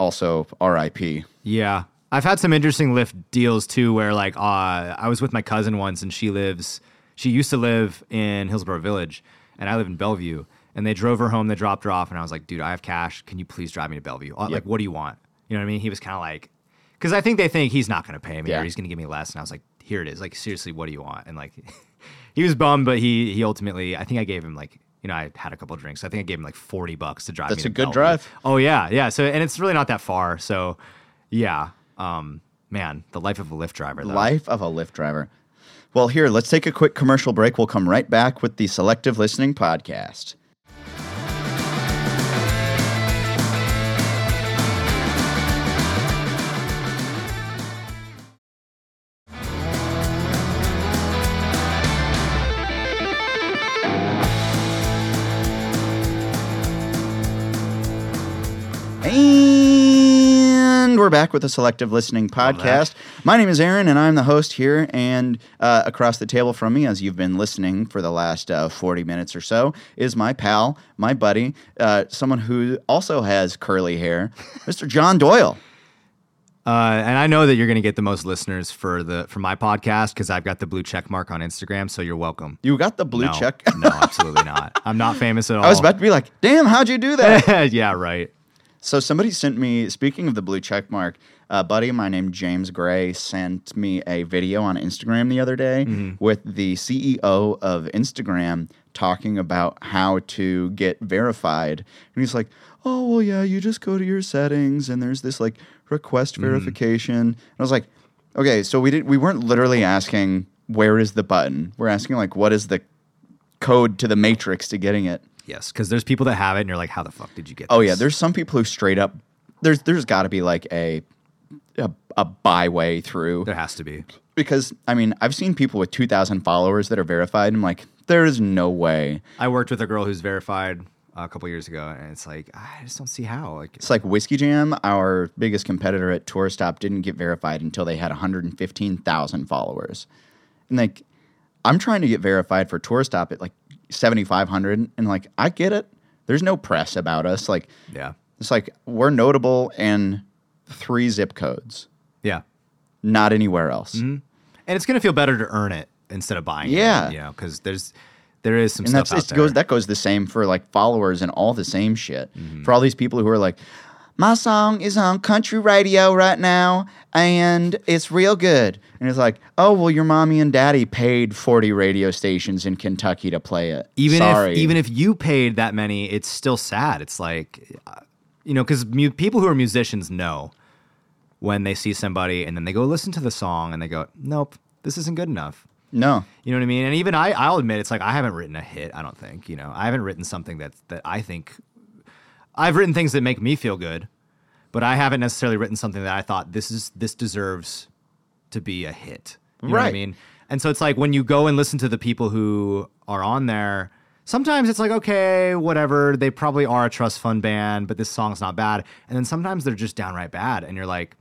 Also, R.I.P.
Yeah. I've had some interesting Lyft deals too, where like uh, I was with my cousin once and she lives, she used to live in Hillsborough Village and I live in Bellevue. And they drove her home, they dropped her off. And I was like, dude, I have cash. Can you please drive me to Bellevue? Uh, Like, what do you want? You know what I mean? He was kind of like, because I think they think he's not going to pay me
Yeah.
or he's going to give me less. And I was like, here it is. Like, seriously, what do you want? And like, *laughs* he was bummed, but he he ultimately, I think I gave him like, you know, I had a couple drinks. I think I gave him like 40 bucks to drive
That's
me to
a good
Bellevue.
drive.
Oh yeah, yeah. So and it's really not that far. So yeah, um, man, the life of a Lyft driver. Though.
Life of a Lyft driver. Well, here, let's take a quick commercial break. We'll come right back with the Selective Listening Podcast. And we're back with the Selective Listening Podcast. My name is Aaron, and I'm the host here. And uh, across the table from me, as you've been listening for the last uh, 40 minutes or so, is my pal, my buddy, uh, someone who also has curly hair, Mr. John Doyle.
Uh, and I know that you're gonna get the most listeners for the for my podcast because I've got the blue check mark on Instagram. So you're welcome.
You got the blue
no,
check.
no,
*laughs*
absolutely not. I'm not famous at all.
I was about to be like, damn, how'd you do that?
*laughs* yeah, right.
So somebody sent me. Speaking of the blue check mark, a buddy of mine named James Gray sent me a video on Instagram the other day with the CEO of Instagram talking about how to get verified, and he's like, "Oh well, yeah, you just go to your settings, and there's this like request verification." And I was like, "Okay, so we did. We weren't literally asking where is the button. We're asking like what is the code to the matrix to getting it."
Yes, because there's people that have it, and you're like, how the fuck did you get?
Oh yeah,
this?
there's some people who straight up there's there's got to be like a, a a byway through
there has to be.
because I mean I've seen people with two thousand followers that are verified. and I'm like, there is no way.
I worked with a girl who's verified uh, a couple years ago, and it's like I just don't see how. Like,
It's like Whiskey Jam, our biggest competitor at Tour Stop, didn't get verified until they had 115,000 followers, and like I'm trying to get verified for Tour Stop at like 7,500, and like I get it. There's no press about us. Like
yeah,
it's like we're notable in three zip codes.
yeah.
not anywhere else.
Mm-hmm. and it's gonna feel better to earn it instead of buying
Yeah.
it. you know, because there's there is some
And
stuff
that's
out
it
there.
goes that goes the same for like followers and all the same shit.
Mm-hmm.
For all these people who are like, my song is on country radio right now and it's real good. And it's like, oh well, your mommy and daddy paid forty radio stations in Kentucky to play it.
even
Sorry.
if even if you paid that many, it's still sad. It's like, uh, you know, because mu- people who are musicians know when they see somebody and then they go listen to the song and they go, nope, this isn't good enough.
no,
You know what I mean? And even I, I'll admit, it's like I haven't written a hit. I don't think you know. I haven't written something that that I think. I've written things that make me feel good, but I haven't necessarily written something that I thought this is this deserves to be a hit. You know what I
Right.
mean? And so it's like when you go and listen to the people who are on there, sometimes it's like, okay, whatever, they probably are a trust fund band, but this song's not bad. And then sometimes they're just downright bad. And you're like,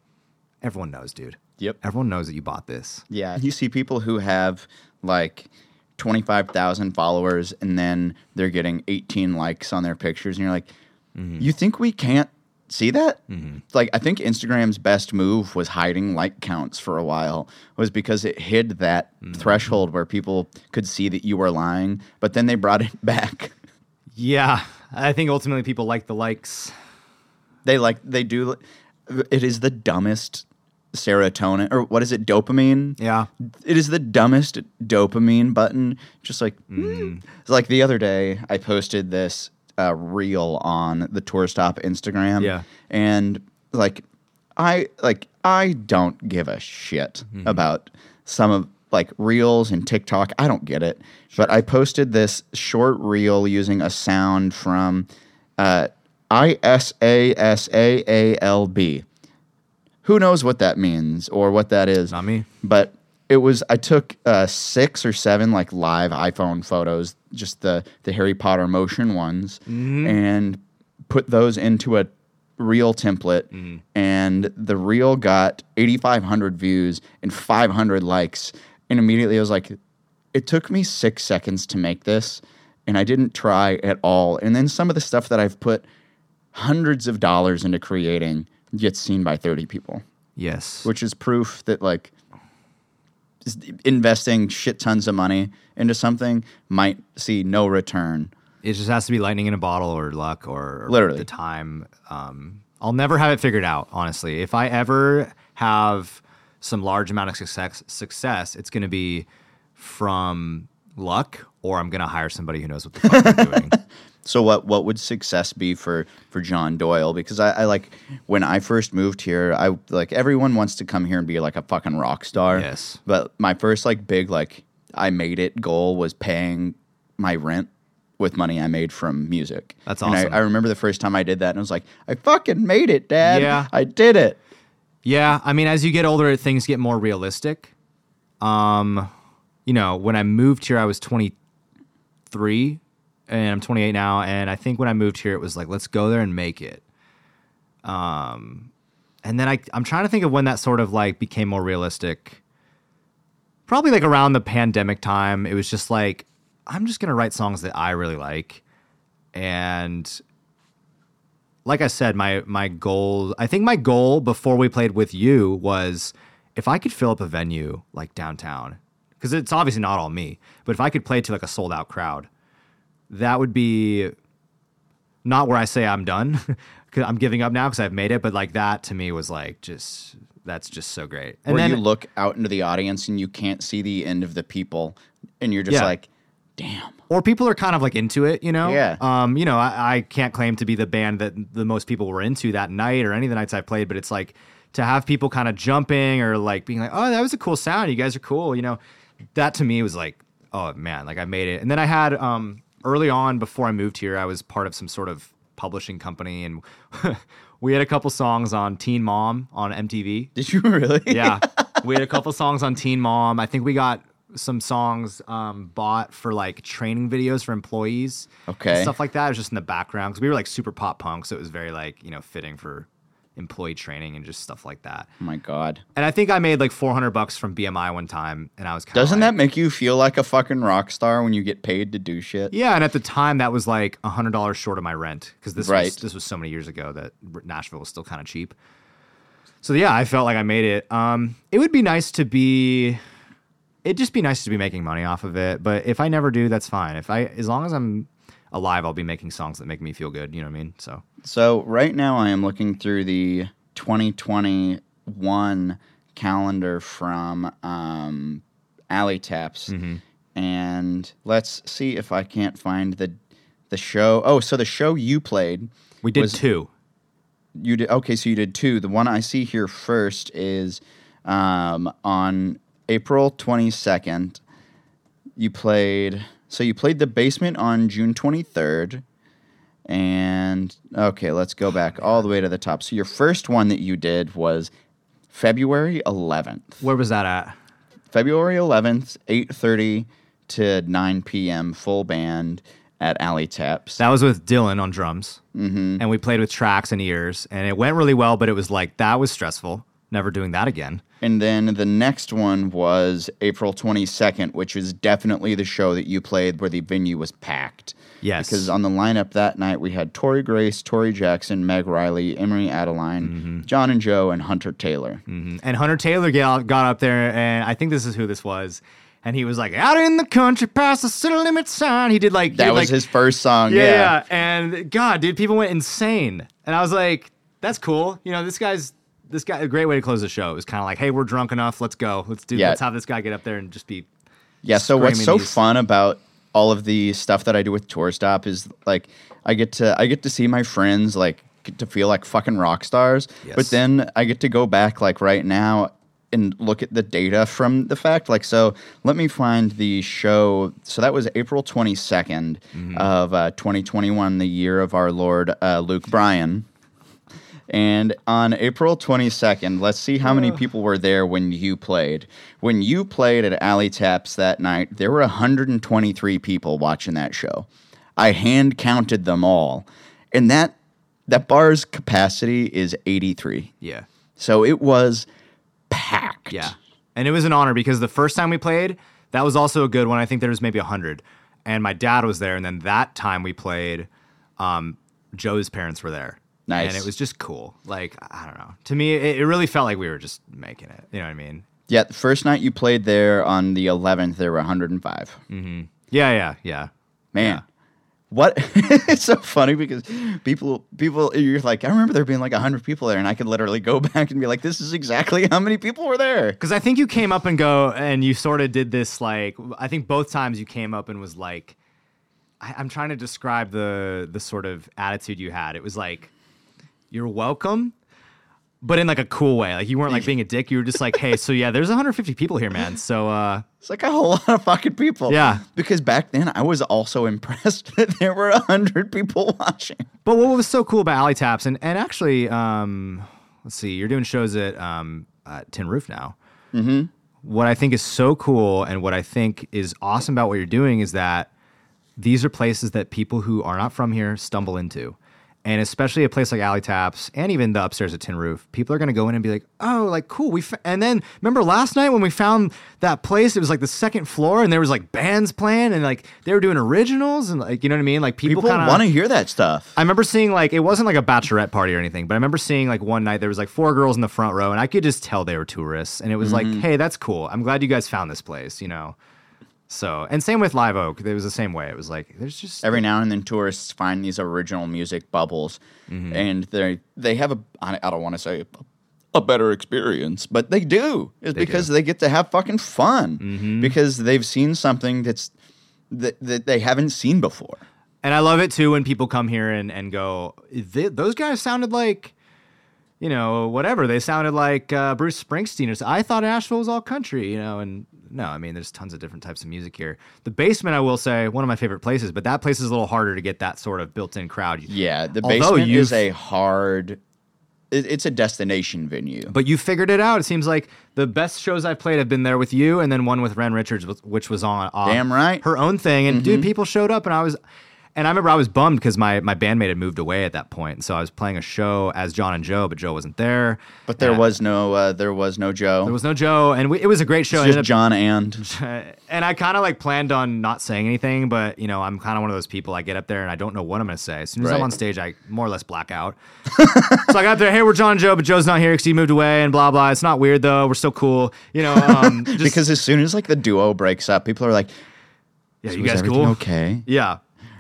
everyone knows, dude.
Yep.
Everyone knows that you bought this.
Yeah, you see people who have like 25,000 followers and then they're getting 18 likes on their pictures, and you're like, you think we can't see that? Like, I think Instagram's best move was hiding like counts for a while, was because it hid that threshold where people could see that you were lying, but then they brought it *laughs* back.
Yeah. I think ultimately people like the likes.
They like, they do, it is the dumbest serotonin, or what is it, dopamine?
Yeah.
it is the dumbest dopamine button. Just like, mm. It's
Mm-hmm.
like the other day, I posted this uh, reel on the tour stop Instagram.
Yeah.
and like, I like I don't give a shit
Mm-hmm.
about some of like reels and TikTok. I don't get it, but I posted this short reel using a sound from uh, I S A S A A L B. Who knows what that means or what that is?
Not me.
but it was I took uh, six or seven like live iPhone photos, just the the Harry Potter motion ones, and put those into a reel template, and the reel got eighty five hundred views and five hundred likes, and immediately I was like, it took me six seconds to make this, and I didn't try at all, and then some of the stuff that I've put hundreds of dollars into creating gets seen by 30 people,
Yes.
which is proof that like s- investing shit tons of money into something might see no return.
It just has to be lightning in a bottle or luck or
Literally.
the time. Um, I'll never have it figured out, honestly. If I ever have some large amount of success, success it's going to be from luck or I'm going to hire somebody who knows what the fuck they're
*laughs*
doing.
So what what would success be for for John Doyle? Because I, I like when I first moved here, I like everyone wants to come here and be like a fucking rock star.
Yes.
But my first like big like I made it goal was paying my rent with money I made from music.
That's
And I-
awesome.
I, remember the first time I did that and I was like, I fucking made it, Dad.
Yeah.
I did it.
Yeah, I mean, as you get older, things get more realistic. Um, you know, when I moved here, I was 23, and I'm 28 now. And I think when I moved here, it was like, let's go there and make it. Um, and then I, I'm trying to think of when that sort of like became more realistic. Probably like around the pandemic time, it was just like, I'm just gonna write songs that I really like, and like I said, my my goal, I think my goal before we played with you was if I could fill up a venue like downtown, because it's obviously not all me, but if I could play to like a sold out crowd, that would be not where I say I'm done. *laughs* 'cause I'm giving up now because I've made it, but like that to me was like just that's just so great. And
Where
then
you look out into the audience and you can't see the end of the people and you're just
Yeah.
like, damn. *laughs*
or people are kind of like into it, you know.
Yeah.
Um, you know, I, I can't claim to be the band that the most people were into that night or any of the nights I played, but it's like to have people kind of jumping or like being like, "Oh, that was a cool sound. You guys are cool," you know. That to me was like, "Oh man, like I made it." And then I had um early on before I moved here, I was part of some sort of publishing company, and *laughs* we had a couple songs on Teen Mom on MTV.
Did you really?
Yeah. we had a couple songs on Teen Mom. I think we got some songs um, bought for like training videos for employees.
Okay.
and stuff like that. It was just in the background because we were like super pop punk. So it was very like, you know, fitting for employee training and just stuff like that.
*laughs* Oh my God.
And I think I made like 400 bucks from BMI one time. And I was kind of.
Doesn't that make you feel like a fucking rock star when you get paid to do shit?
Yeah, and at the time that was like hundred dollars short of my rent because this
Right.
was this was so many years ago that R- Nashville was still kind of cheap. So yeah, I felt like I made it. Um, it would be nice to be, it'd just be nice to be making money off of it. But if I never do, that's fine. If I, as long as I'm alive, I'll be making songs that make me feel good. You know what I mean? So
So right now I am looking through the 2021 calendar from um, Alley Taps,
Mm-hmm.
and let's see if I can't find the the show. Oh, so the show you played,
we did
Was-
two.
you did okay. So you did two. The one I see here first is um, on April 22nd. You played. So you played the basement on June 23rd. And okay, let's go back all the way to the top. So your first one that you did was February 11th.
Where was that at?
February 11th, 8:30 to 9 p.m. full band at Alley Taps.
That was with Dylan on drums, mm-hmm. and we played with tracks and ears, and it went really well. But it was like that was stressful. Never doing that again.
And then the next one was April 22nd, which is definitely the show that you played where the venue was packed.
Yes.
Because on the lineup that night, we had Tori Grace, Tori Jackson, Meg Riley, Emery Adeline, John and Joe, and Hunter Taylor.
And Hunter Taylor got, got up there, and I think this is who this was. And he was like, "Out in the country, past the city limit sign." He did like
That
he,
was
like,
his first song.
yeah,
Yeah.
yeah. And God, dude, people went insane. And I was like, "That's cool." You know, this guy's this guy. A great way to close the show. It was kind of like, "Hey, we're drunk enough. Let's go. Let's do.
Yeah.
Let's have this guy get up there and just be."
Yeah, so what's
Screaming
so
these-
fun about all of the stuff that I do with Tour Stop is like I get to I get to see my friends like get to feel like fucking rock stars, but
Yes.
then I get to go back like right now and look at the data from the fact like so let me find the show so that was april 22nd
Mm-hmm.
of uh, 2021 the year of our lord uh, luke bryan and on April 22nd, let's see how many people were there when you played. When you played at Alley Taps that night, there were 123 people watching that show. I hand counted them all. And that that bar's capacity is 83.
Yeah.
So it was packed.
Yeah. And it was an honor because the first time we played, that was also a good one. I think there was maybe 100. And my dad was there. And then that time we played, um, Joe's parents were there.
Nice.
And it was just cool. Like, I don't know. To me, it, it really felt like we were just making it. You know what I mean?
Yeah, the first night you played there on the 11th, there were 105.
Yeah, yeah, yeah.
Man, what? *laughs* it's so funny because people, people, you're like, I remember there being like 100 people there, and I could literally go *laughs* back and be like, this is exactly how many people were there.
Because I think you came up and go, and you sort of did this like I think both times you came up and was like, I, I'm trying to describe the the sort of attitude you had. It was like, you're welcome, but in like a cool way. Like you weren't like being a dick. You were just like, hey, so yeah, there's 150 people here, man. So uh,
It's like a whole *laughs* lot of fucking people.
Yeah.
Because back then, I was also *laughs* impressed that there were 100 people watching.
But what was so cool about Alley Taps, and, and actually, um, let's see, you're doing shows at um, uh, Tin Roof now. Mm-hmm. What I think is so cool, and what I think is awesome about what you're doing, is that these are places that people who are not from here stumble into. And especially a place like Alley Taps and even the upstairs at Tin Roof, people are going to go in and be like, oh, like, cool. We f-. And then remember last night when we found that place, it was like the second floor and there was like bands playing and like they were doing originals and like, you know what I mean? Like people,
People
kind of
want to hear that stuff.
I remember seeing like it wasn't like a bachelorette party or anything, but I remember seeing like one night there was like four girls in the front row, and I could just tell they were tourists, and it was like, hey, that's cool. I'm glad you guys found this place, you know. So and same with Live Oak, it was the same way. It was like there's just
Every now and then, tourists find these original music bubbles,
Mm-hmm.
and they they have a I I don't want to say a better experience, but they do. It's because they get to have fucking fun
Mm-hmm.
because they've seen something that's that, that they haven't seen before.
and I love it too when people come here and and go, "Th- those guys sounded like. You know, whatever they sounded like uh, Bruce Springsteen. Or so. I thought Asheville was all country. You know, and no, I mean, there's tons of different types of music here. The basement, I will say, one of my favorite places, but that place is a little harder to get that sort of built-in crowd.
Yeah, the
Although
basement
you've-
is a hard. It, it's a destination venue.
But you figured it out. It seems like the best shows I've played have been there with you, and then one with Ren Richards, wh- which was on uh,
Damn right. Mm-hmm.
her own thing. And dude, people showed up, and I was, and I remember I was bummed because my my bandmate had moved away at that point, so I was playing a show as John and Joe, but Joe wasn't there.
But there
And
was no uh, there was no Joe.
there was no Joe, and we, it was a great show. I
just
ended up-
John
*laughs*
and
Uh, and I kind of like planned on not saying anything, but you know, I'm kind of one of those people. I get up there and I don't know what I'm going to say. As soon as I'm
Right.
on stage, I more or less black out. *laughs* so I got up there. Hey, we're John and Joe, but Joe's not here because he moved away and blah blah. It's not weird though. We're still cool, you
*laughs*
know. Um, just,
because as soon as like the duo breaks up, people are like,
yeah, you
"Was
guys
everything
cool?
Okay,
Yeah,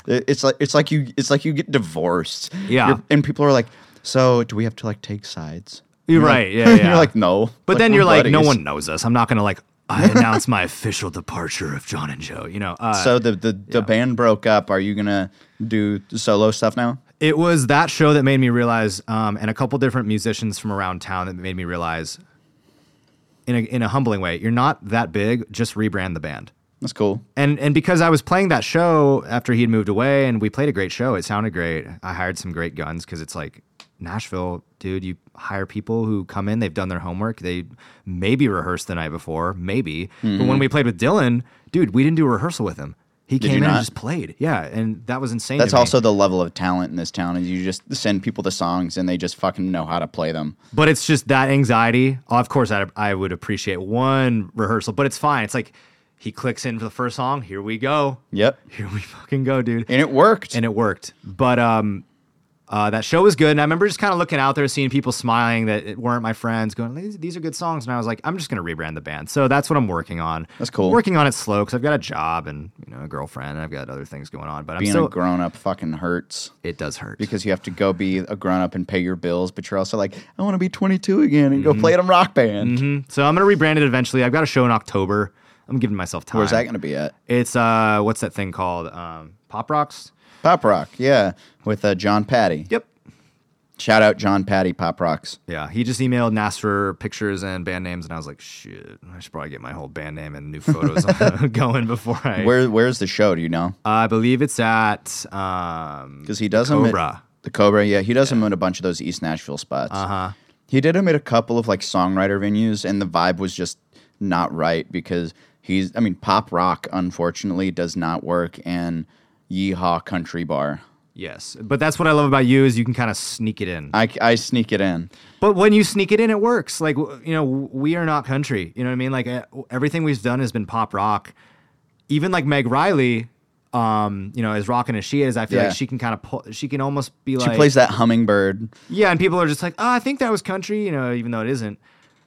It- It's like it's like you it's like you get divorced.
Yeah.
You're- and people are like, so do we have to like take sides? *laughs*
you're
You're
right.
like-
yeah, yeah.
you're like no.
but
Like,
then
we're
you're like, no
buddies."
one knows us. I'm not
*laughs*
going to like. I announce my official departure of John and Joe. You know, uh,
So the the, the band broke up. Are you gonna do solo stuff now?
It was that show that made me realize, um, and a couple different musicians from around town that made me realize, in a in a humbling way, you're not that big. Just rebrand the band.
That's cool.
And and because I was playing that show after he had moved away, and we played a great show. It sounded great. I hired some great guns because it's like Nashville, dude. You hire people who come in, they've done their homework, they maybe rehearsed the night before, maybe. But when we played with Dylan, dude, we didn't do a rehearsal with him. He came
Mm-hmm. you
in and
not?
just played. Yeah, and that was insane.
That's
to me.
also the level of talent in this town. Is you just send people the songs and they just fucking know how to play them.
But it's just that anxiety. Oh, Of course, I, I would appreciate one rehearsal, but it's fine. It's like he clicks in for the first song. Here we go.
Yep.
Here we fucking go, dude.
And it worked.
And it worked. But um, uh, that show was good. And I remember just kind of looking out there, seeing people smiling that it weren't my friends, going, these, these are good songs. And I was like, I'm just going to rebrand the band. So that's what I'm working on.
That's cool.
Working on it slow because I've got a job and you know a girlfriend and I've got other things going on. But I'm
Being
still,
a grown up fucking hurts
it does hurt.
because you have to go be a grown up and pay your bills, but you're also like, I want to be 22 again and
Mm-hmm.
go play at a rock band.
Mm, so I'm going to rebrand it eventually. I've got a show in October. I'm giving myself time.
Where's that going to be at?
It's uh, what's that thing called? Um, Pop Rocks.
Pop Rock, yeah, with uh, John Patty.
Yep.
Shout out John Patty Pop Rocks.
Yeah, he just emailed and asked for pictures and band names, and I was like, shit, I should probably get my whole band name and
*laughs*
new photos *laughs* going before I.
Where where's the show? Do you know?
I believe it's at. Um,
Because he does them
Cobra.
At, the Cobra, yeah, he does them at a bunch of those East Nashville spots. Uh
Uh-huh.
huh. He did them at a couple of like songwriter venues, and the vibe was just not right because he's. I mean, pop rock unfortunately does not work in Yeehaw Country Bar.
yes, but that's what I love about you is you can kind of sneak it in.
I, I sneak it in.
But when you sneak it in, it works. Like w- you know, w- we are not e, country. You know what I mean? Like uh, everything we've done has been pop rock. Even like Meg Riley, um, you know, as rocking as she is, I feel
Yeah.
like she can kind of pull, she can almost be
She
like,
plays that hummingbird.
yeah, and people are just like, oh, I think that was country, you know, even though it isn't.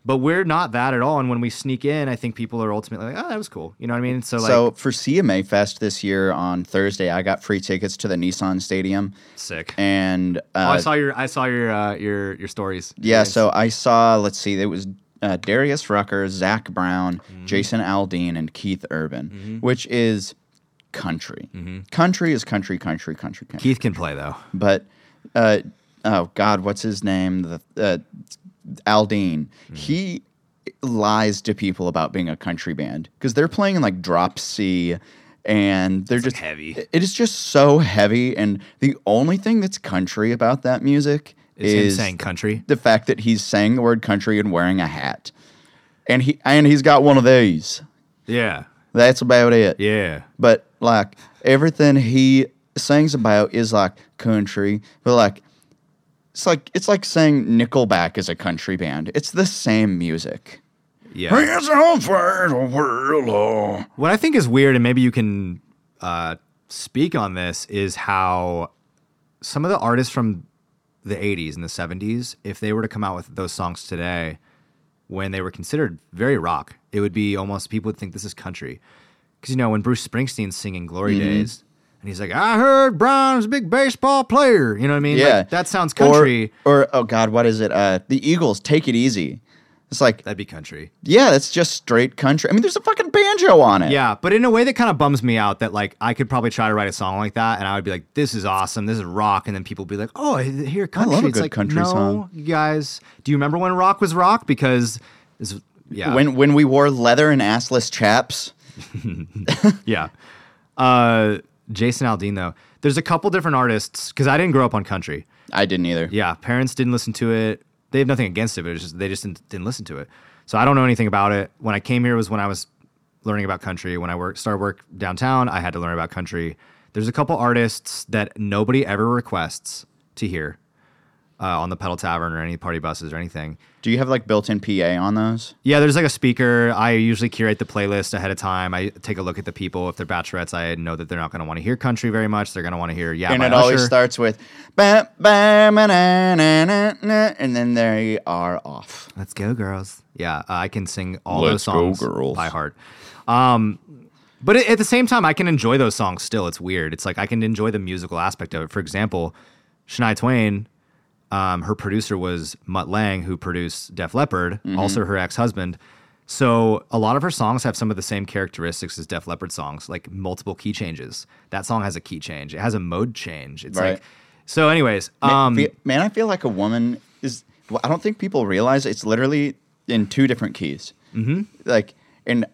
But we're not that at all. And when we sneak in, I think people are ultimately like, oh, that was cool. You know what I mean? So like,
so for CMA Fest this year on Thursday, I got free tickets to the Nissan Stadium,
sick.
and
oh, I
uh,
saw your, I saw your, uh, your, your stories.
yeah, so I saw. Let's see, it was uh, Darius Rucker, Zach Brown,
Mm-hmm.
Jason Aldean, and Keith Urban, which is country.
Mm-hmm.
Country is country, country, country, country.
Keith can play though.
but uh, oh god, what's his name? The uh, Aldine.
Mm-hmm.
He lies to people about being a country band because they're playing in like drop C, and they're just
heavy.
It is just so heavy, and the only thing that's country about that music
It's
is
him saying country.
the fact that he's saying the word country and wearing a hat, and he and he's got one of these.
Yeah.
That's about it
Yeah.
but like everything he sings about is like country but like it's like it's like saying nickelback is a country band it's the same music
Yeah. What I think is weird, and maybe you can uh, speak on this, is how some of the artists from the 80s and the 70s, if they were to come out with those songs today, when they were considered very rock, it would be almost people would think this is country. Because, you know, when Bruce Springsteen's singing Glory
Mm-hmm.
Days, and he's like, I heard Brian was a big baseball player. You know what I mean?
yeah
Like, that sounds
Or-
country.
or, oh god what is it uh the eagles take it easy it's like
That'd be country.
yeah that's just straight country i mean there's a fucking banjo on it
Yeah, but in a way that kind of bums me out that like I could probably try to write a song like that and I would be like, this is awesome, this is rock, and then people would be like, oh, I hear country.
love a
it's
good
like,
country
no,
song."
you guys, do you remember when rock was rock? Because this, yeah,
when when we wore leather and assless chaps
yeah. Uh, Jason Aldean though, there's a couple different artists because I didn't grow up on country.
i didn't either
Yeah, parents didn't listen to it. They have nothing against it, but it's just they just didn't, didn't listen to it. So I don't know anything about it. When I came here was when I was learning about country. When I work started work downtown, I had to learn about country. There's a couple artists that nobody ever requests to hear uh, on the pedal tavern or any party buses or anything.
do you have like built-in pa on those
Yeah, there's like a speaker. I usually curate the playlist ahead of time. I take a look at the people. If they're bachelorettes, I know that they're not going to want to hear country very much. They're going to want to hear yeah.
and
by
it always
Usher.
starts with "Ba- ba- ma- na- na- na- na," and then they are off.
Let's go, girls. Yeah, uh, I can sing all
Let's
those
go,
songs
girls.
by heart. Um, but at- at the same time, I can enjoy those songs still. It's weird. It's like I can enjoy the musical aspect of it. For example, Shania Twain, um, her producer was Mutt Lang, who produced Def Leppard,
Mm-hmm.
also her ex husband. So a lot of her songs have some of the same characteristics as Def Leppard songs, like multiple key changes. That song has a key change. It has a mode change. It's
Right.
like so. Anyways, um,
Fe- Man, I feel like a woman is. Well, I don't think people realize it's literally in two different keys. Mm-hmm. Like, and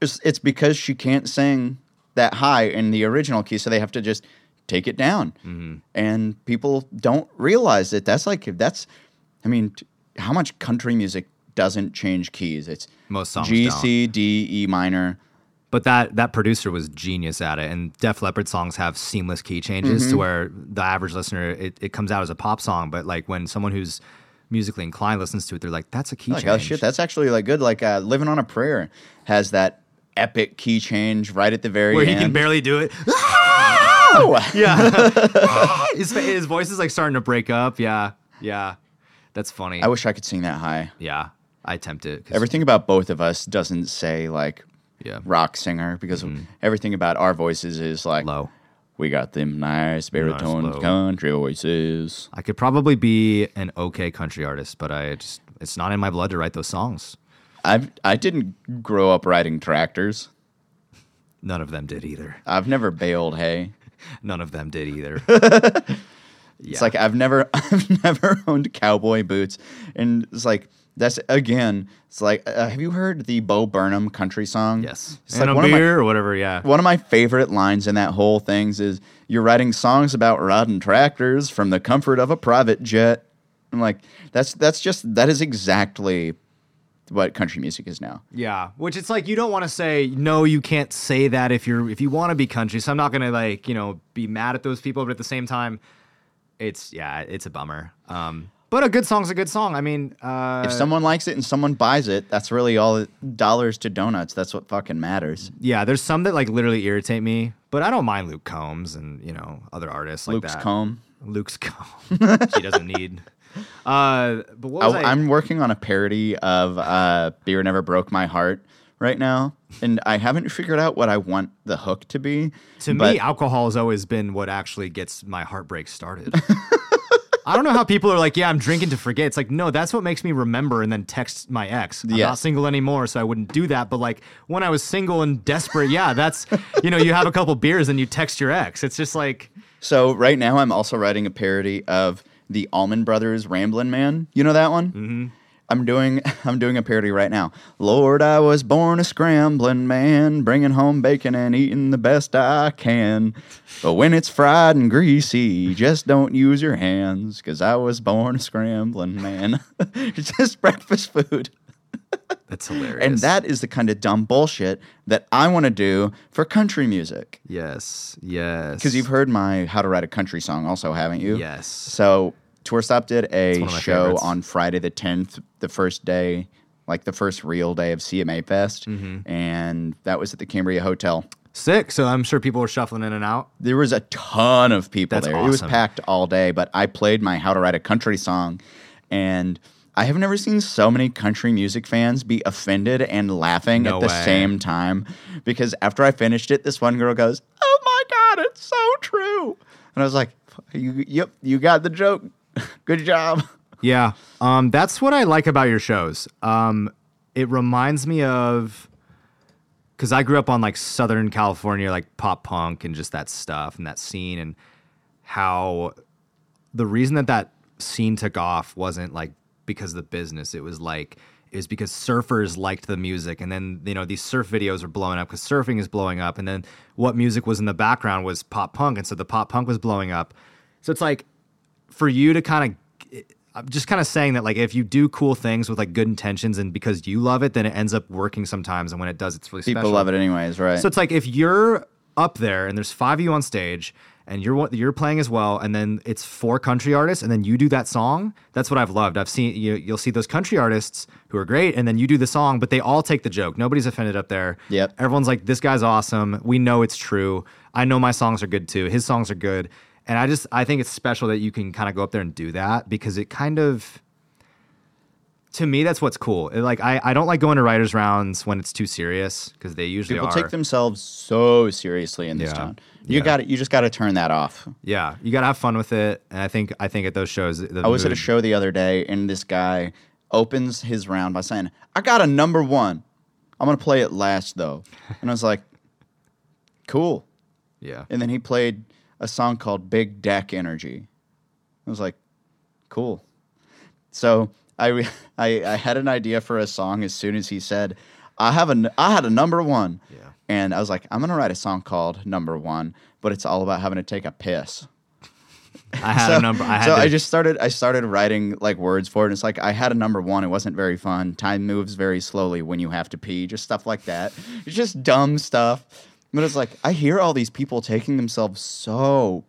it's, it's because she can't sing that high in the original key, so they have to just take it down.
Mm-hmm.
And people don't realize that that's like that's. I mean, t- how much country music doesn't change keys? It's
Most songs
G
don't.
C D E minor.
But that that producer was genius at it, and Def Leppard songs have seamless key changes
Mm-hmm.
to where the average listener it, it comes out as a pop song, but like when someone who's musically inclined listens to it, they're like, "That's a key
like
change."
oh shit that's actually like good like uh, living on a prayer has that epic key change right at the very
where he
end
can barely do it. *laughs*
Oh!
yeah, his, fa- his voice is like starting to break up. Yeah, yeah, that's funny.
i wish i could sing that high
yeah, I attempt it. 'cause-
everything about both of us doesn't say like
Yeah.
rock singer because everything about our voices is like
Mm-hmm. Low.
we got them nice baritone
low.
country voices
I could probably be an okay country artist, but I just it's not in my blood to write those songs.
i've i didn't grow up riding tractors
None of them did either.
i've never baled hay
None of them did
*laughs*
either.
It's like I've never *laughs* I've never owned cowboy boots, and it's like that's again. It's like uh, have you heard the Bo Burnham country song?
Yes.
It's
and
like
a
one of
beer or whatever, yeah.
my one of my favorite lines in that whole things is you're writing songs about riding tractors from the comfort of a private jet. I'm like that's that's just that is exactly what country music is now.
Yeah. Which it's like you don't want to say, no, you can't say that if you're if you want to be country. So I'm not gonna like, you know, be mad at those people, but at the same time, it's yeah, it's a bummer. Um But a good song's a good song. I mean, uh,
If someone likes it and someone buys it, that's really all it- dollars to donuts. That's what fucking matters.
yeah, there's some that like literally irritate me, but I don't mind Luke Combs and you know other artists like
Luke's
that.
comb.
Luke's Combs. she doesn't need. Uh, but what was I?
I, am working on a parody of uh, "Beer Never Broke My Heart" right now, and I haven't figured out what I want the hook to be.
to
but
me, alcohol has always been what actually gets my heartbreak started. *laughs* I don't know how people are like, yeah, I'm drinking to forget. It's like, no, that's what makes me remember and then text my ex. I'm not
Yes.
single anymore, so I wouldn't do that. But like when I was single and desperate, yeah, that's, you know, you have a couple beers and you text your ex. It's just like,
So right now, I'm also writing a parody of the Allman Brothers "Ramblin' Man." You know that one? Mm-hmm. I'm doing *laughs* I'm doing a parody right now. Lord, I was born a scrambling man, bringing home bacon and eating the best I can. But when it's fried and greasy, just don't use your hands, cause I was born a scrambling man. *laughs* it's just breakfast food.
that's hilarious.
And that is the kind of dumb bullshit that I want to do for country music.
yes, yes.
Because you've heard my How to Write a Country Song also, haven't you?
Yes.
So Tour Stop did a
one of my
show
favorites.
on Friday the 10th, the first day, like the first real day of CMA Fest.
Mm-hmm.
And that was at the Cambria Hotel.
Sick. So I'm sure people are shuffling in and out.
There was a ton of people
That's
there. It was
awesome.
packed all day, but I played my How to Write a Country song. And I have never seen so many country music fans be offended and laughing
No
at the
way.
same time. Because after I finished it, this one girl goes, Oh my God, it's so true. And I was like, you, Yep, you got the joke. *laughs* Good job.
Yeah. Um, that's what I like about your shows. Um, it reminds me of because I grew up on like Southern California, like pop punk and just that stuff and that scene, and how the reason that that scene took off wasn't like because of the business. It was like it was because surfers liked the music, and then you know these surf videos were blowing up because surfing is blowing up, and then what music was in the background was pop punk, and so the pop punk was blowing up. So it's like for you to kind of I'm just kind of saying that like if you do cool things with like good intentions and because you love it, then it ends up working sometimes, and when it does, it's really
People
special.
love it, anyways, right?
So it's like if you're up there and there's five of you on stage and you're what you're playing as well, and then it's four country artists, and then you do that song. That's what I've loved. I've seen you, you'll see those country artists who are great, and then you do the song, but they all take the joke. Nobody's offended up there.
Yep.
Everyone's like, "This guy's awesome. We know it's true. I know my songs are good too. His songs are good." And I just I think it's special that you can kind of go up there and do that because it kind of to me that's what's cool. It, like I, I don't like going to writers rounds when it's too serious because they usually
People
are.
take themselves so seriously in this
Yeah.
town. You got You just got to turn that off.
Yeah, you gotta have fun with it, and I think I think at those shows, the
I was at a
mood-
show the other day, and this guy opens his round by saying, "I got a number one. I'm gonna play it last, though." And I was like, "Cool."
Yeah,
And then he played a song called "Big Deck Energy." I was like, "Cool." So I *laughs* I, I had an idea for a song as soon as he said, "I have a n- I had a number one."
Yeah.
And I was like, "I'm gonna write a song called Number One, but it's all about having to take a piss."
I had a number. I
*laughs*
had
so
to,
I just started. I started writing like words for it. And it's like I had a number one. It wasn't very fun. Time moves very slowly when you have to pee. Just stuff like that. It's just dumb stuff. But it's like I hear all these people taking themselves so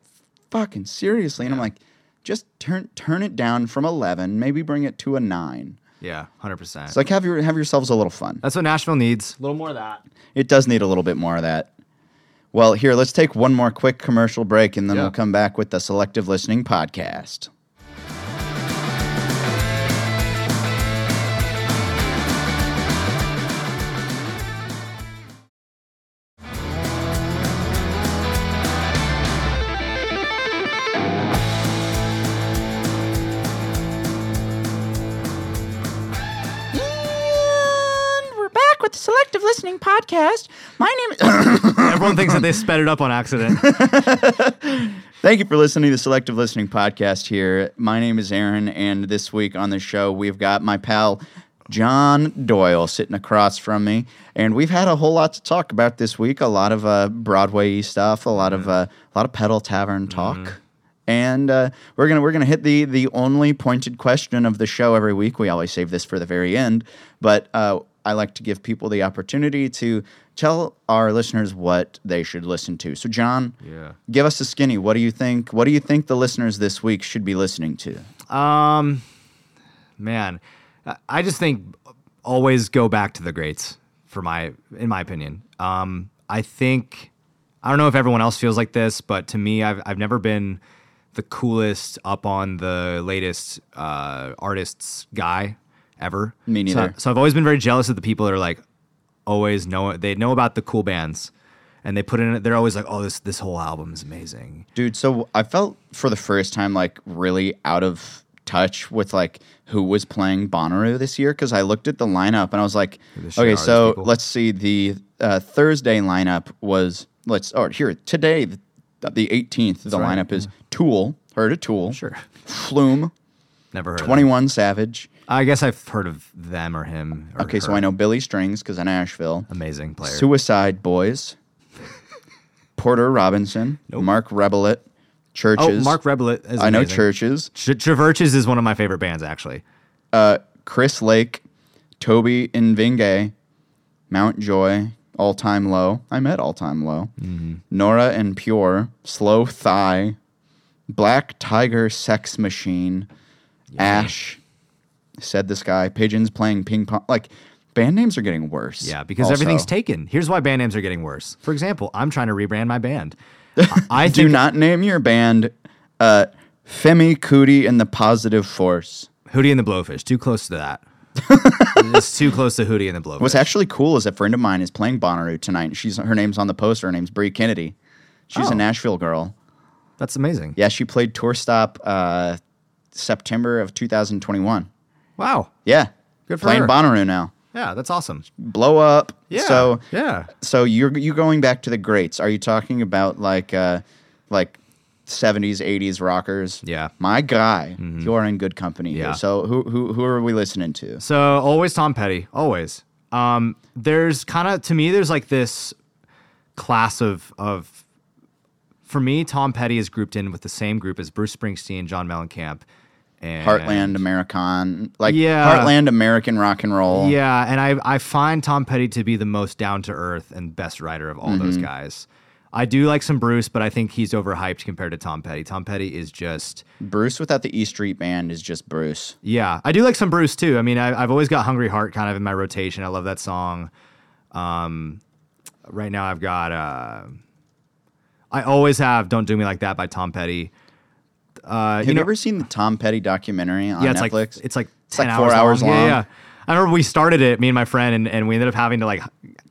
fucking seriously, and I'm like, just turn turn it down from eleven. Maybe bring it to a nine.
yeah, hundred percent.
It's like have your have yourselves a little fun.
That's what Nashville needs. A little more of that.
It does need a little bit more of that. Well, here let's take one more quick commercial break, and then
Yeah.
we'll come back with the selective listening podcast. And we're back with the Selective Listening Podcast. My name is. *coughs*
Everyone thinks that they sped it up
*laughs*
on accident.
Thank you for listening to the Selective Listening Podcast here. My name is Aaron, and this week on the show, we've got my pal John Doyle sitting across from me. And we've had a whole lot to talk about this week a lot of uh, Broadway stuff, a lot of uh, a lot of pedal tavern talk. And uh, we're gonna we're gonna hit the the only pointed question of the show every week. We always save this for the very end, but uh, I like to give people the opportunity to tell our listeners what they should listen to. So, John,
Yeah.
give us a skinny. What do you think? What do you think the listeners this week should be listening to?
Um, man, I- I just think always go back to the greats for my, in my opinion. Um, I think I don't know if everyone else feels like this, but to me, I've I've never been the coolest up on the latest uh, artists guy ever.
Me
So-
neither.
So, I've always been very jealous of the people that are like always know they know about the cool bands. And they put in it. They're always like, "Oh, this this whole album is amazing."
Dude, so I felt for the first time like really out of touch with like who was playing Bonnaroo this year because I looked at the lineup and I was like,
the shit
okay,
out of
so
these people.
let's see. The uh, Thursday lineup was let's oh here today the, the 18th. the
right,
lineup is Tool, heard of Tool,
Sure.
Flume,
Never heard. of them.
21 Savage.
I guess I've heard of them or him. Or
Okay, so
her.
I know Billy Strings because I'm Asheville.
amazing player.
Suicide
*laughs*
Boys, Porter Robinson, Mark Rebelit,
oh,
Churches.
Mark Rebelit. Is
I know
amazing.
Churches.
Ch- Traverches is one of my favorite bands, actually.
Chris Lake, Toby Nvinge, Mount Joy, All Time Low. I met All Time Low.
Mm-hmm.
Nora and Pure, Slow Thigh, Black Tiger Sex Machine, Ash, said this guy, Pigeons playing ping pong. Like, band names are getting worse.
Yeah, because
also.
everything's taken. Here's why band names are getting worse. For example, I'm trying to rebrand
*laughs*
my band. I- I
Do
think,
not name your band uh, Femi Cootie and the Positive Force.
Hootie and the Blowfish. Too close to
*laughs*
that. it's too close to Hootie and the Blowfish.
What's actually cool is a friend of mine is playing Bonnaroo tonight. She's her name's on the poster. Her name's Brie Kennedy. She's
Oh.
a Nashville girl.
That's amazing.
Yeah, she played tour stop uh, September of 2021.
Wow.
Yeah,
Good for
playing
her.
Bonnaroo now.
Yeah, that's awesome.
Blow up.
Yeah.
So
yeah.
so you're you going back to the greats? Are you talking about like uh, like 70s 80s rockers?
Yeah. Mm-hmm.
My guy, you're in good company.
Yeah.
Here. So who who who are we listening to?
So always Tom Petty, always. Um, there's kind of to me, there's like this class of of for me, Tom Petty is grouped in with the same group as Bruce Springsteen, John Mellencamp, and
Heartland American, like
Yeah.
Heartland American rock and roll.
Yeah, and I I find Tom Petty to be the most down to earth and best writer of all those guys. I do like some Bruce, but I think he's overhyped compared to Tom Petty. Tom Petty is just
Bruce without the E Street Band is just Bruce.
Yeah, I do like some Bruce too. I mean, I, I've always got "Hungry Heart" kind of in my rotation. I love that song. Um, right now, I've got. Uh, I always have "Don't Do Me Like That" by Tom Petty. Uh,
Have you, ever seen the Tom Petty documentary on
yeah, it's *laughs*
Netflix?
like it's like
It's
ten
like four hours
Yeah,
long.
yeah. I remember we started it, me and my friend, and, and we ended up having to like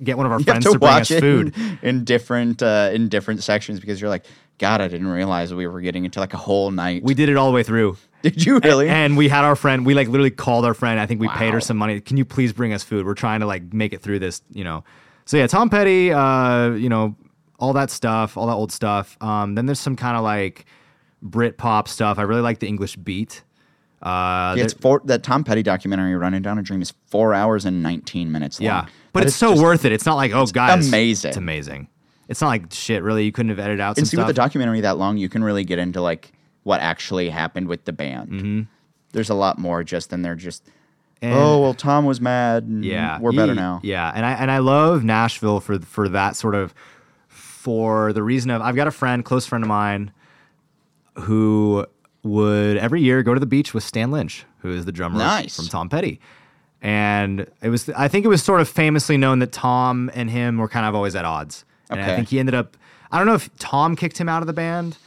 get one of our
you have
friends
to
to, bring
watch
us
it
food.
in, *laughs* in different uh, in different sections because you're like, God, I didn't realize we were getting into like a whole night.
We did it all the way through.
*laughs* did you really?
And we had our friend, we like literally called our friend. I think we paid
Wow.
her some money. Can you please bring us food? We're trying to like make it through this, you know. So yeah, Tom Petty, uh, you know, all that stuff, all that old stuff. Um, then there's some kind of like Brit pop stuff. I really like the English beat. Uh,
it's four. That Tom Petty documentary, Running Down a Dream, is four hours and nineteen minutes long.
yeah. But
That
it's
is
so
just-
worth it. It's not like, oh guys,
amazing.
It's amazing. It's not like shit, really. You couldn't have edited out some
And see,
stuff.
with a documentary that long, you can really get into like what actually happened with the band. There's a lot more just than they're just.
Mm-hmm. And-
oh well, Tom was mad. And
yeah
Mm-hmm. we're better
Ye-
now.
yeah and i and i love nashville for for that sort of for the reason of i've got a friend close friend of mine who would every year go to the beach with stan lynch who is the drummer
Nice.
from tom petty and it was i think it was sort of famously known that tom and him were kind of always at odds and i
Okay.
think he ended up i don't know if tom kicked him out of the band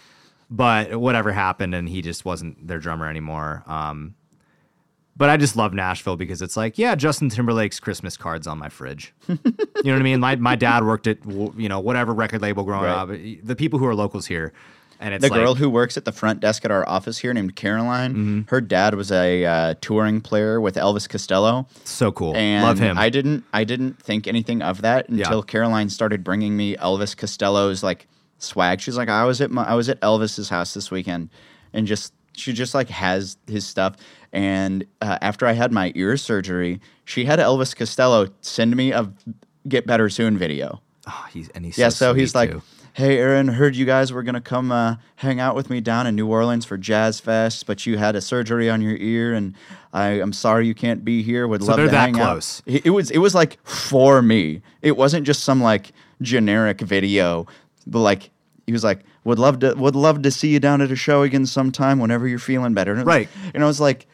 but whatever happened and he just wasn't their drummer anymore um, but I just love Nashville because it's like, yeah, Justin Timberlake's Christmas cards on my fridge. you know what I mean? My my dad worked at w- you know whatever record label growing
Right.
up. The people who are locals here, and it's
The
like, Mm-hmm.
girl who works at the front desk at our office here, named Caroline, her dad was a uh, touring player with Elvis Costello,
so cool.
and
love him.
I didn't, I didn't think anything of that until Caroline started bringing me Elvis Costello's like swag. She's like, I was at my, I was at Elvis's house this weekend, and just she just like has his stuff. And uh, after I had my ear surgery, she had Elvis Costello send me a "Get Better Soon" video.
Oh, he's and he's
Yeah,
so,
so, he's
sweet,
like,
too.
"Hey, Aaron, heard you guys were gonna come uh, hang out with me down in New Orleans for Jazz Fest, but you had a surgery on your ear, and I, I'm sorry you can't be here. Would love
they're
to
that
hang
close.
out." It, it was it was like for me. It wasn't just some like generic video, but like he was like, Would love to would love to see you down at a show again sometime whenever you're feeling better. And it was-
Right.
And I was like,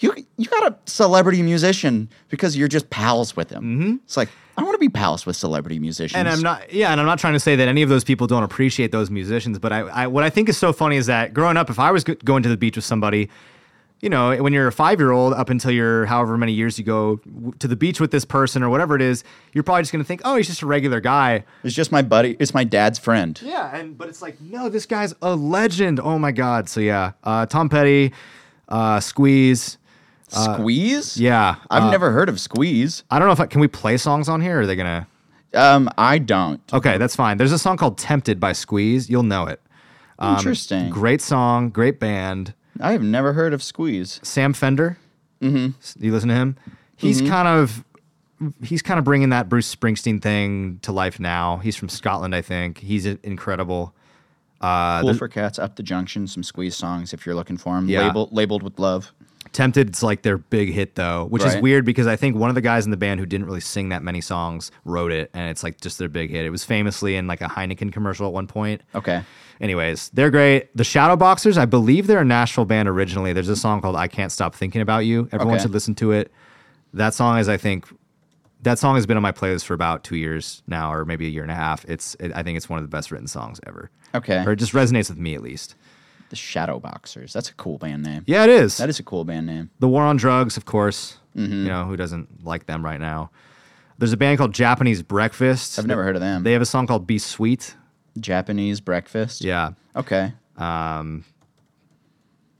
you you got a celebrity musician because you're just pals with him. Mm-hmm. It's like I want to be pals with celebrity musicians.
And I'm not, yeah, and I'm not trying to say that any of those people don't appreciate those musicians, but I, I what I think is so funny is that growing up, if I was go- going to the beach with somebody, you know, when you're a five year old up until you're however many years you go w- to the beach with this person or whatever it is, you're probably just going to think, oh, he's just a regular guy.
It's just my buddy. It's my dad's friend.
Yeah, and but it's like, no, this guy's a legend. Oh my god. So yeah, uh, Tom Petty, uh, Squeeze.
Squeeze.
Uh, Yeah,
I've
uh,
never heard of Squeeze.
I don't know if I, can we play songs on here? Or are they gonna?
Um, I don't.
Okay, that's fine. There's a song called "Tempted" by Squeeze. You'll know it. um,
Interesting.
Great song, great band.
I have never heard of Squeeze.
Sam Fender. Mm-hmm. You listen to him. He's kind of he's kind of bringing that Bruce Springsteen thing to life now. He's from Scotland, I think. He's i- incredible. Uh,
Cool
the-
for Cats, Up the Junction, some Squeeze songs if you're looking for them.
Yeah.
Label, labeled with love.
Tempted's like their big hit though, which is
Right.
weird because I think one of the guys in the band who didn't really sing that many songs wrote it, and it's like just their big hit. It was famously in like a Heineken commercial at one point.
Okay.
Anyways, they're great. The Shadow Boxers, I believe they're a Nashville band originally. There's a song called I Can't Stop Thinking About You. Everyone
Okay.
should listen to it. That song is, I think, that song has been on my playlist for about two years now, or maybe a year and a half. It's, it, I think it's one of the best written songs ever.
Okay.
Or it just resonates with me at least.
The Shadow Boxers. That's a cool band name.
Yeah, it is.
That is a cool band name.
the War on Drugs, of course.
Mm-hmm.
You know, who doesn't like them right now? There's a band called Japanese Breakfast.
I've never heard of them.
They have a song called Be Sweet.
Japanese Breakfast.
Yeah.
Okay.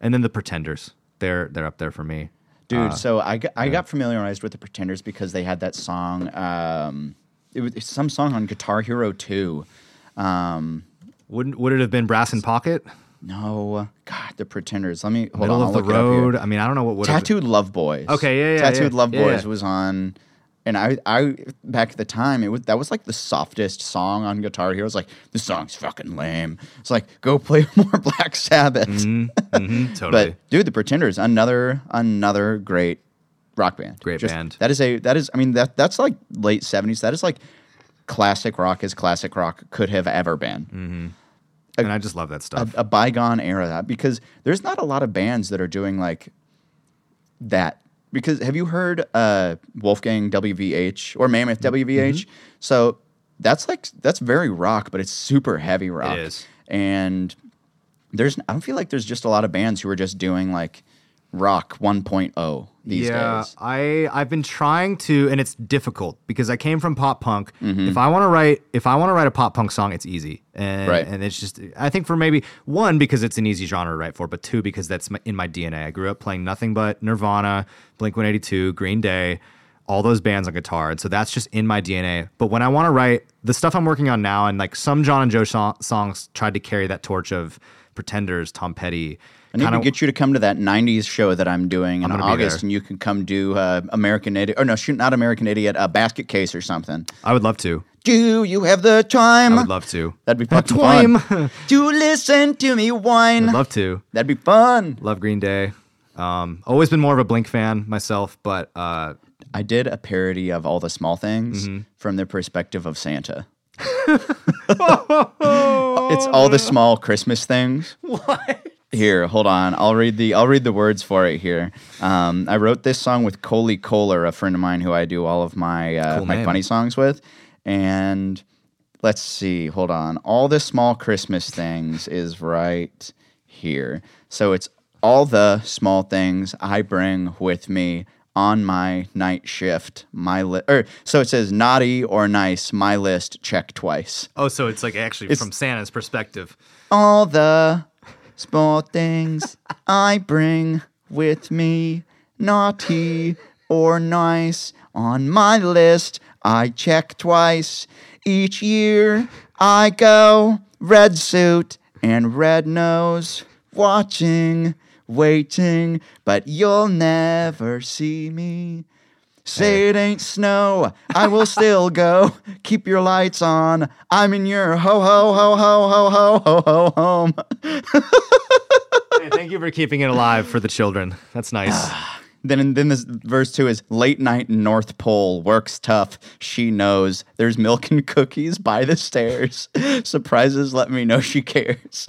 And then the Pretenders. They're, they're up there for me. Uh,
Dude, so I got, I got familiarized with the Pretenders because they had that song. Um, it was it's some song on Guitar Hero 2. Um,
Wouldn't would it have been Brass in Pocket?
no, God, the Pretenders. Let me hold
Middle
on.
of
I'll
the
look it up here.
Road. I mean, I don't know what would have been-
Tattooed Love Boys.
Okay, yeah, yeah,
Tattooed
yeah,
Love
yeah,
Boys
yeah.
was on, and I, I back at the time, it was that was like the softest song on Guitar Hero. It's like this song's fucking lame. It's like go *laughs* play more Black Sabbath.
Mhm, totally.
*laughs* But dude, the Pretenders, another another great rock band.
Great band.
That is a that is I mean that that's like late seventies. That is like classic rock as classic rock could have ever been.
and I just love that
a,
stuff.
a bygone era because there's not a lot of bands that are doing like that. Because have you heard uh, Wolfgang WVH or
Mm-hmm.
Mammoth WVH? So that's like that's very rock, but it's super heavy rock.
is.
And there's I don't feel like there's just a lot of bands who are just doing like rock 1.0 these
yeah,
days.
I I've been trying to, and it's difficult because I came from pop punk.
Mm-hmm.
If I want to write, if I want to write a pop punk song, it's easy, and
Right.
and it's just I think for maybe one because it's an easy genre to write for, but two because that's my, in my DNA. I grew up playing nothing but Nirvana, Blink One Eighty Two, Green Day, all those bands on guitar, and so that's just in my DNA. But when I want to write the stuff I'm working on now, and like some John and Joe so- songs tried to carry that torch of Pretenders, Tom Petty.
I need
kinda-
to get you to come to that '90s show that I'm doing in
gonna be
August,
there.
and you can come do uh, American Idiot, or no, shoot, not American Idiot, a basket case or something.
I would love to.
Do you have the time?
I would love to.
That'd be
A
fucking *laughs* fun.
time.
to listen to me
I'd
whine.
love to.
That'd be fun.
Love Green Day. Um, always been more of a Blink fan myself, but uh,
I did a parody of all the small things from the perspective of Santa. it's all the small Christmas things. What? Here, hold on. I'll read the I'll read the words for it here. Um, I wrote this song with Coley Kohler, a friend of mine who I do all of my uh,
Cool
my
name.
funny songs with, and let's see. Hold on. All the small Christmas things is right here. So it's all the small things I bring with me on my night shift. My li- or so it says naughty or nice. My list check twice.
oh, so it's like actually from Santa's perspective.
All the small things I bring with me, naughty or nice, on my list I check twice. Each year I go red suit and red nose, watching, waiting, but you'll never see me. Say it ain't snow. I will
*laughs*
still go. Keep your lights on. I'm in your ho ho ho ho ho ho ho ho home. *laughs*
*sighs* Hey, thank you for keeping it alive for the children. That's nice.
Then and then this verse two is late night North Pole works tough. She knows there's milk and cookies by the stairs. *laughs* Surprises let me know she cares.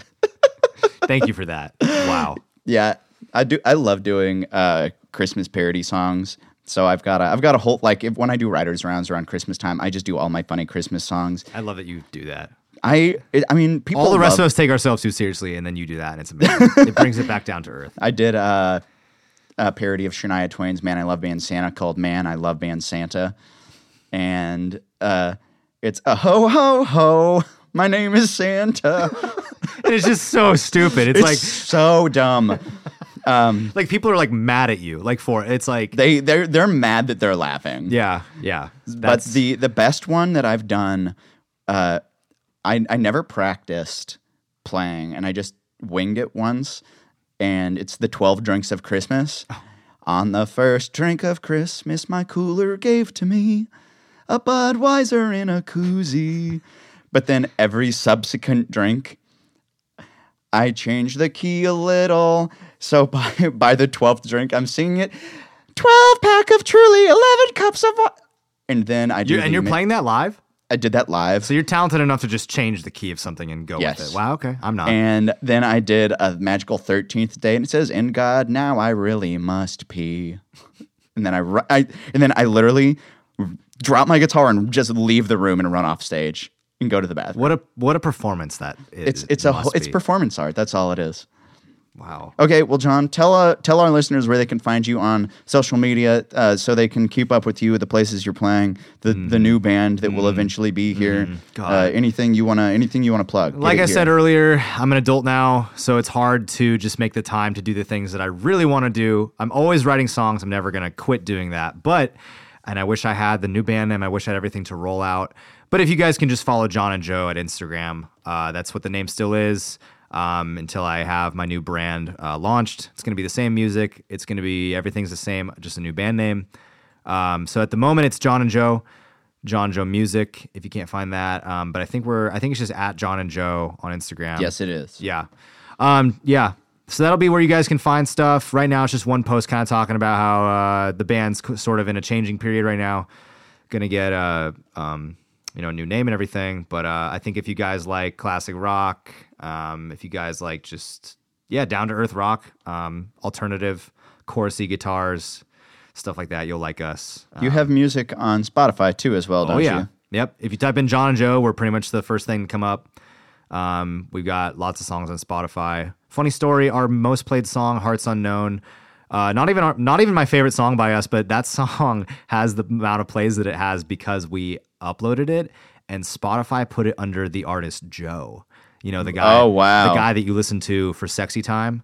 *laughs*
Thank you for that. Wow.
Yeah, I do. I love doing uh, Christmas parody songs. So I've got a, I've got a whole like if when I do writers rounds around Christmas time, I just do all my funny Christmas songs.
I love that you do that.
I it- I mean people
All the rest
Oh, love-
of us take ourselves too seriously, and then you do that, and it's amazing.
*laughs*
it brings it back down to earth.
I did a, a parody of Shania Twain's "Man I Love Band Santa" called "Man I Love Band Santa," and uh, it's a ho ho ho. My name is Santa.
And it's just so stupid. It's,
It's
*laughs* like
so dumb.
like people are like mad at you, like for it's like
They they're they're mad that they're laughing.
yeah, yeah.
but
That's
the the best one that I've done, uh, I I never practiced playing, and I just winged it once, and it's the twelve drinks of Christmas.
Oh.
On the first drink of Christmas, my cooler gave to me a Budweiser in a koozie. But then every subsequent drink, I change the key a little. So *laughs* by by the twelfth drink, I'm singing it. Twelve pack of truly, eleven cups of water. And then I do.
you're,
the
and you're
mi-
playing that live,
I did that live.
so you're talented enough to just change the key of something and go
Yes.
with it. Wow. Okay. I'm not.
and then I did a magical thirteenth day, and it says, "In God, now I really must pee." *laughs* And then I, ru- I and then I literally drop my guitar and just leave the room and run off stage and go to the bathroom.
what a what a performance that is.
It's it's a
must
whole, it's
be.
performance art. That's all it is.
wow.
Okay, well, John, tell uh, tell our listeners where they can find you on social media, uh, so they can keep up with you, the places you're playing, the, the
Mm-hmm.
new band that will eventually be here. Uh,
God.
anything you wanna anything you wanna plug? Get
Mm-hmm. like
it
I
here.
said earlier, I'm an adult now, so it's hard to just make the time to do the things that I really want to do. I'm always writing songs. I'm never going to quit doing that. But, and I wish I had the new band name. I wish I had everything to roll out. But if you guys can just follow John and Joe at Instagram, uh, that's what the name still is. Um, until I have my new brand uh, launched, it's going to be the same music. It's going to be everything's the same, just a new band name. Um, so at the moment, it's John and Joe. John Joe Music, if you can't find that. Um, but I think we're, I think it's just at John and Joe on Instagram.
yes, it is.
Yeah. Um, yeah. So that'll be where you guys can find stuff. Right now, it's just one post kind of talking about how uh, the band's co- sort of in a changing period right now. Gonna get a, um, you know, a new name and everything. But uh, I think if you guys like classic rock, um, if you guys like just, yeah, down to earth rock, um, alternative, chorusy guitars, stuff like that, you'll like us.
You have music on Spotify too, as well, don't
Oh yeah.
you?
Yep. If you type in John and Joe, we're pretty much the first thing to come up. Um, we've got lots of songs on Spotify. Funny story, our most played song, Hearts Unknown. Uh, not even our, not even my favorite song by us, but that *laughs* song has the amount of plays that it has because we uploaded it and Spotify put it under the artist Joe. You know the guy.
Oh, wow. Mm-hmm.
The guy that you listen to for "Sexy Time."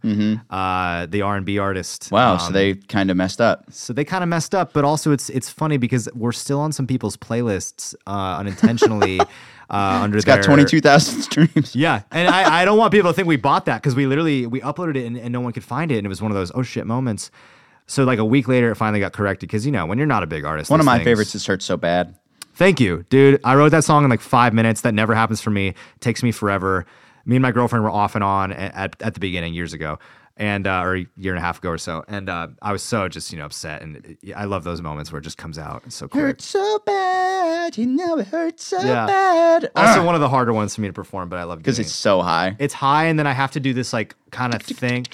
Uh, the R and B artist. Um,
Wow, so they kind of messed up.
So they kind of messed up, but also it's it's funny because we're still on some people's playlists uh,
*laughs*
unintentionally uh, under.
It's got twenty two thousand *laughs* streams.
Yeah, and I, I don't want people to think we bought that because we literally we uploaded it and, and no one could find it, and it was one of those oh shit moments. So like a week later, it finally got corrected because you know when you're not a big artist,
One of
these
my
things-
favorites is "Hurt So Bad."
Thank you, dude. I wrote that song in like five minutes. That never happens for me. takes me forever. Me and my girlfriend were off and on a- at, at the beginning years ago, and uh, or a year and a half ago or so. And uh, I was so just you know upset. And it- I love those moments where it just comes out so quick.
Hurts so bad, you know it hurts so
Yeah.
bad. Ah.
Also, one of the harder ones for me to perform, but I love
because
doing
it's so high.
it. It's high, and then I have to do this like kind of thing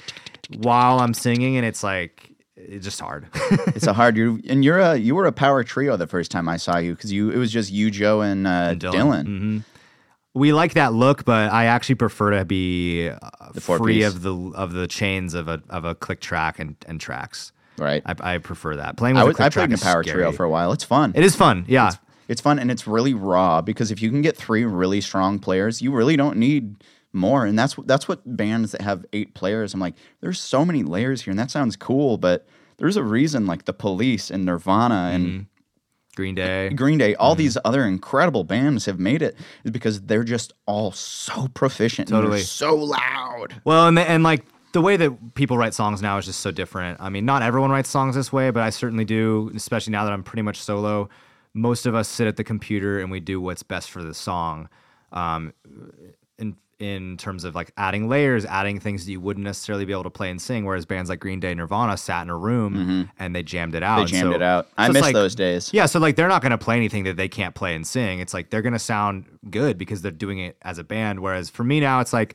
while I'm singing, and it's like it's just hard. *laughs*
It's a hard. You and you're a you were a power trio the first time I saw you because you it was just you, Joe, and, uh, Dylan.
Dylan. Mm-hmm. we like that look, but I actually prefer to be uh,
four
free
piece.
of the of the chains of a of a click track and, and tracks.
Right. I,
I, I prefer that playing with a
was,
click
I
track
played in a
is
power
scary.
trio for a while. It's fun.
It is fun, yeah.
it's fun and it's really raw because if you can get three really strong players, you really don't need more. And that's that's what bands that have eight players. I'm like, there's so many layers here, and that sounds cool, but there's a reason like the Police and Nirvana and
Mm-hmm. Green Day.
Green Day,
Mm-hmm.
all these other incredible bands have made it is because they're just all so proficient and
Totally.
they're so loud.
Well, and the, and like the way that people write songs now is just so different. I mean, not everyone writes songs this way, but I certainly do. Especially now that I'm pretty much solo, most of us sit at the computer and we do what's best for the song. Um, in in terms of like adding layers, adding things that you wouldn't necessarily be able to play and sing. Whereas bands like Green Day, Nirvana sat in a room and they jammed it
Mm-hmm.
out.
They
And
jammed
so-
it out. I
so it's
miss
like-
those days.
Yeah, so like they're not going to play anything that they can't play and sing. It's like they're going to sound good because they're doing it as a band. Whereas for me now, it's like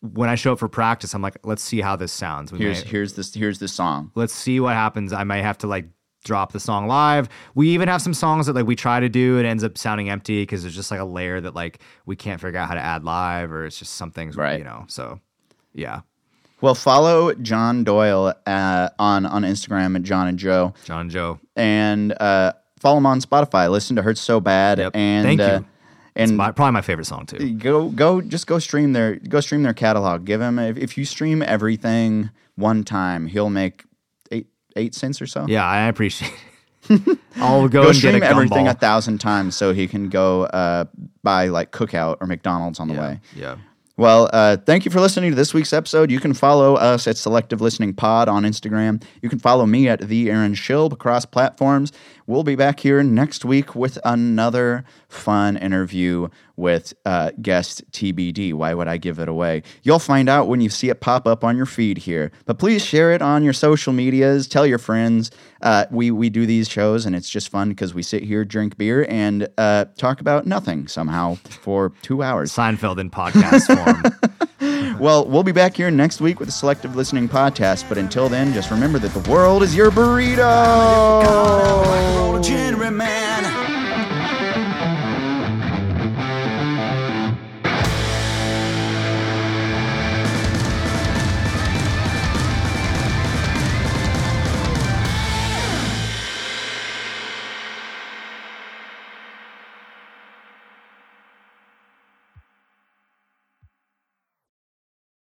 when I show up for practice, I'm like, let's see how this sounds. We
Here's
may-
here's this here's this song.
let's see what happens. I might have to like drop the song live. We even have some songs that like we try to do, it ends up sounding empty because there's just like a layer that like we can't figure out how to add live, or it's just some things,
Right.
You know, so yeah,
Well, follow John Doyle uh, on on Instagram at John and Joe,
John and Joe,
and uh, follow him on Spotify. Listen to Hurt So Bad,
Yep.
and
Thank you.
uh, and
my, probably my favorite song too.
go go just go stream their go stream their catalog. Give him if, if you stream everything one time, he'll make eight eight cents or so.
Yeah, I appreciate. it.
*laughs*
I'll go,
Go
and get a
stream everything
gumball.
a thousand times so he can go uh, buy like Cookout or McDonald's on the way.
yeah.
Well, uh, thank you for listening to this week's episode. You can follow us at Selective Listening Pod on Instagram. You can follow me at The Aaron Shilb across platforms. We'll be back here next week with another fun interview with uh, guest TBD. Why would I give it away? You'll find out when you see it pop up on your feed here. But please share it on your social medias. Tell your friends. Uh, we we do these shows and it's just fun because we sit here, drink beer, and uh, talk about nothing somehow for two hours.
Seinfeld in podcast form.
Well, we'll be back here next week with a selective listening podcast, but until then, just remember that the world is your burrito.
Hold a gin.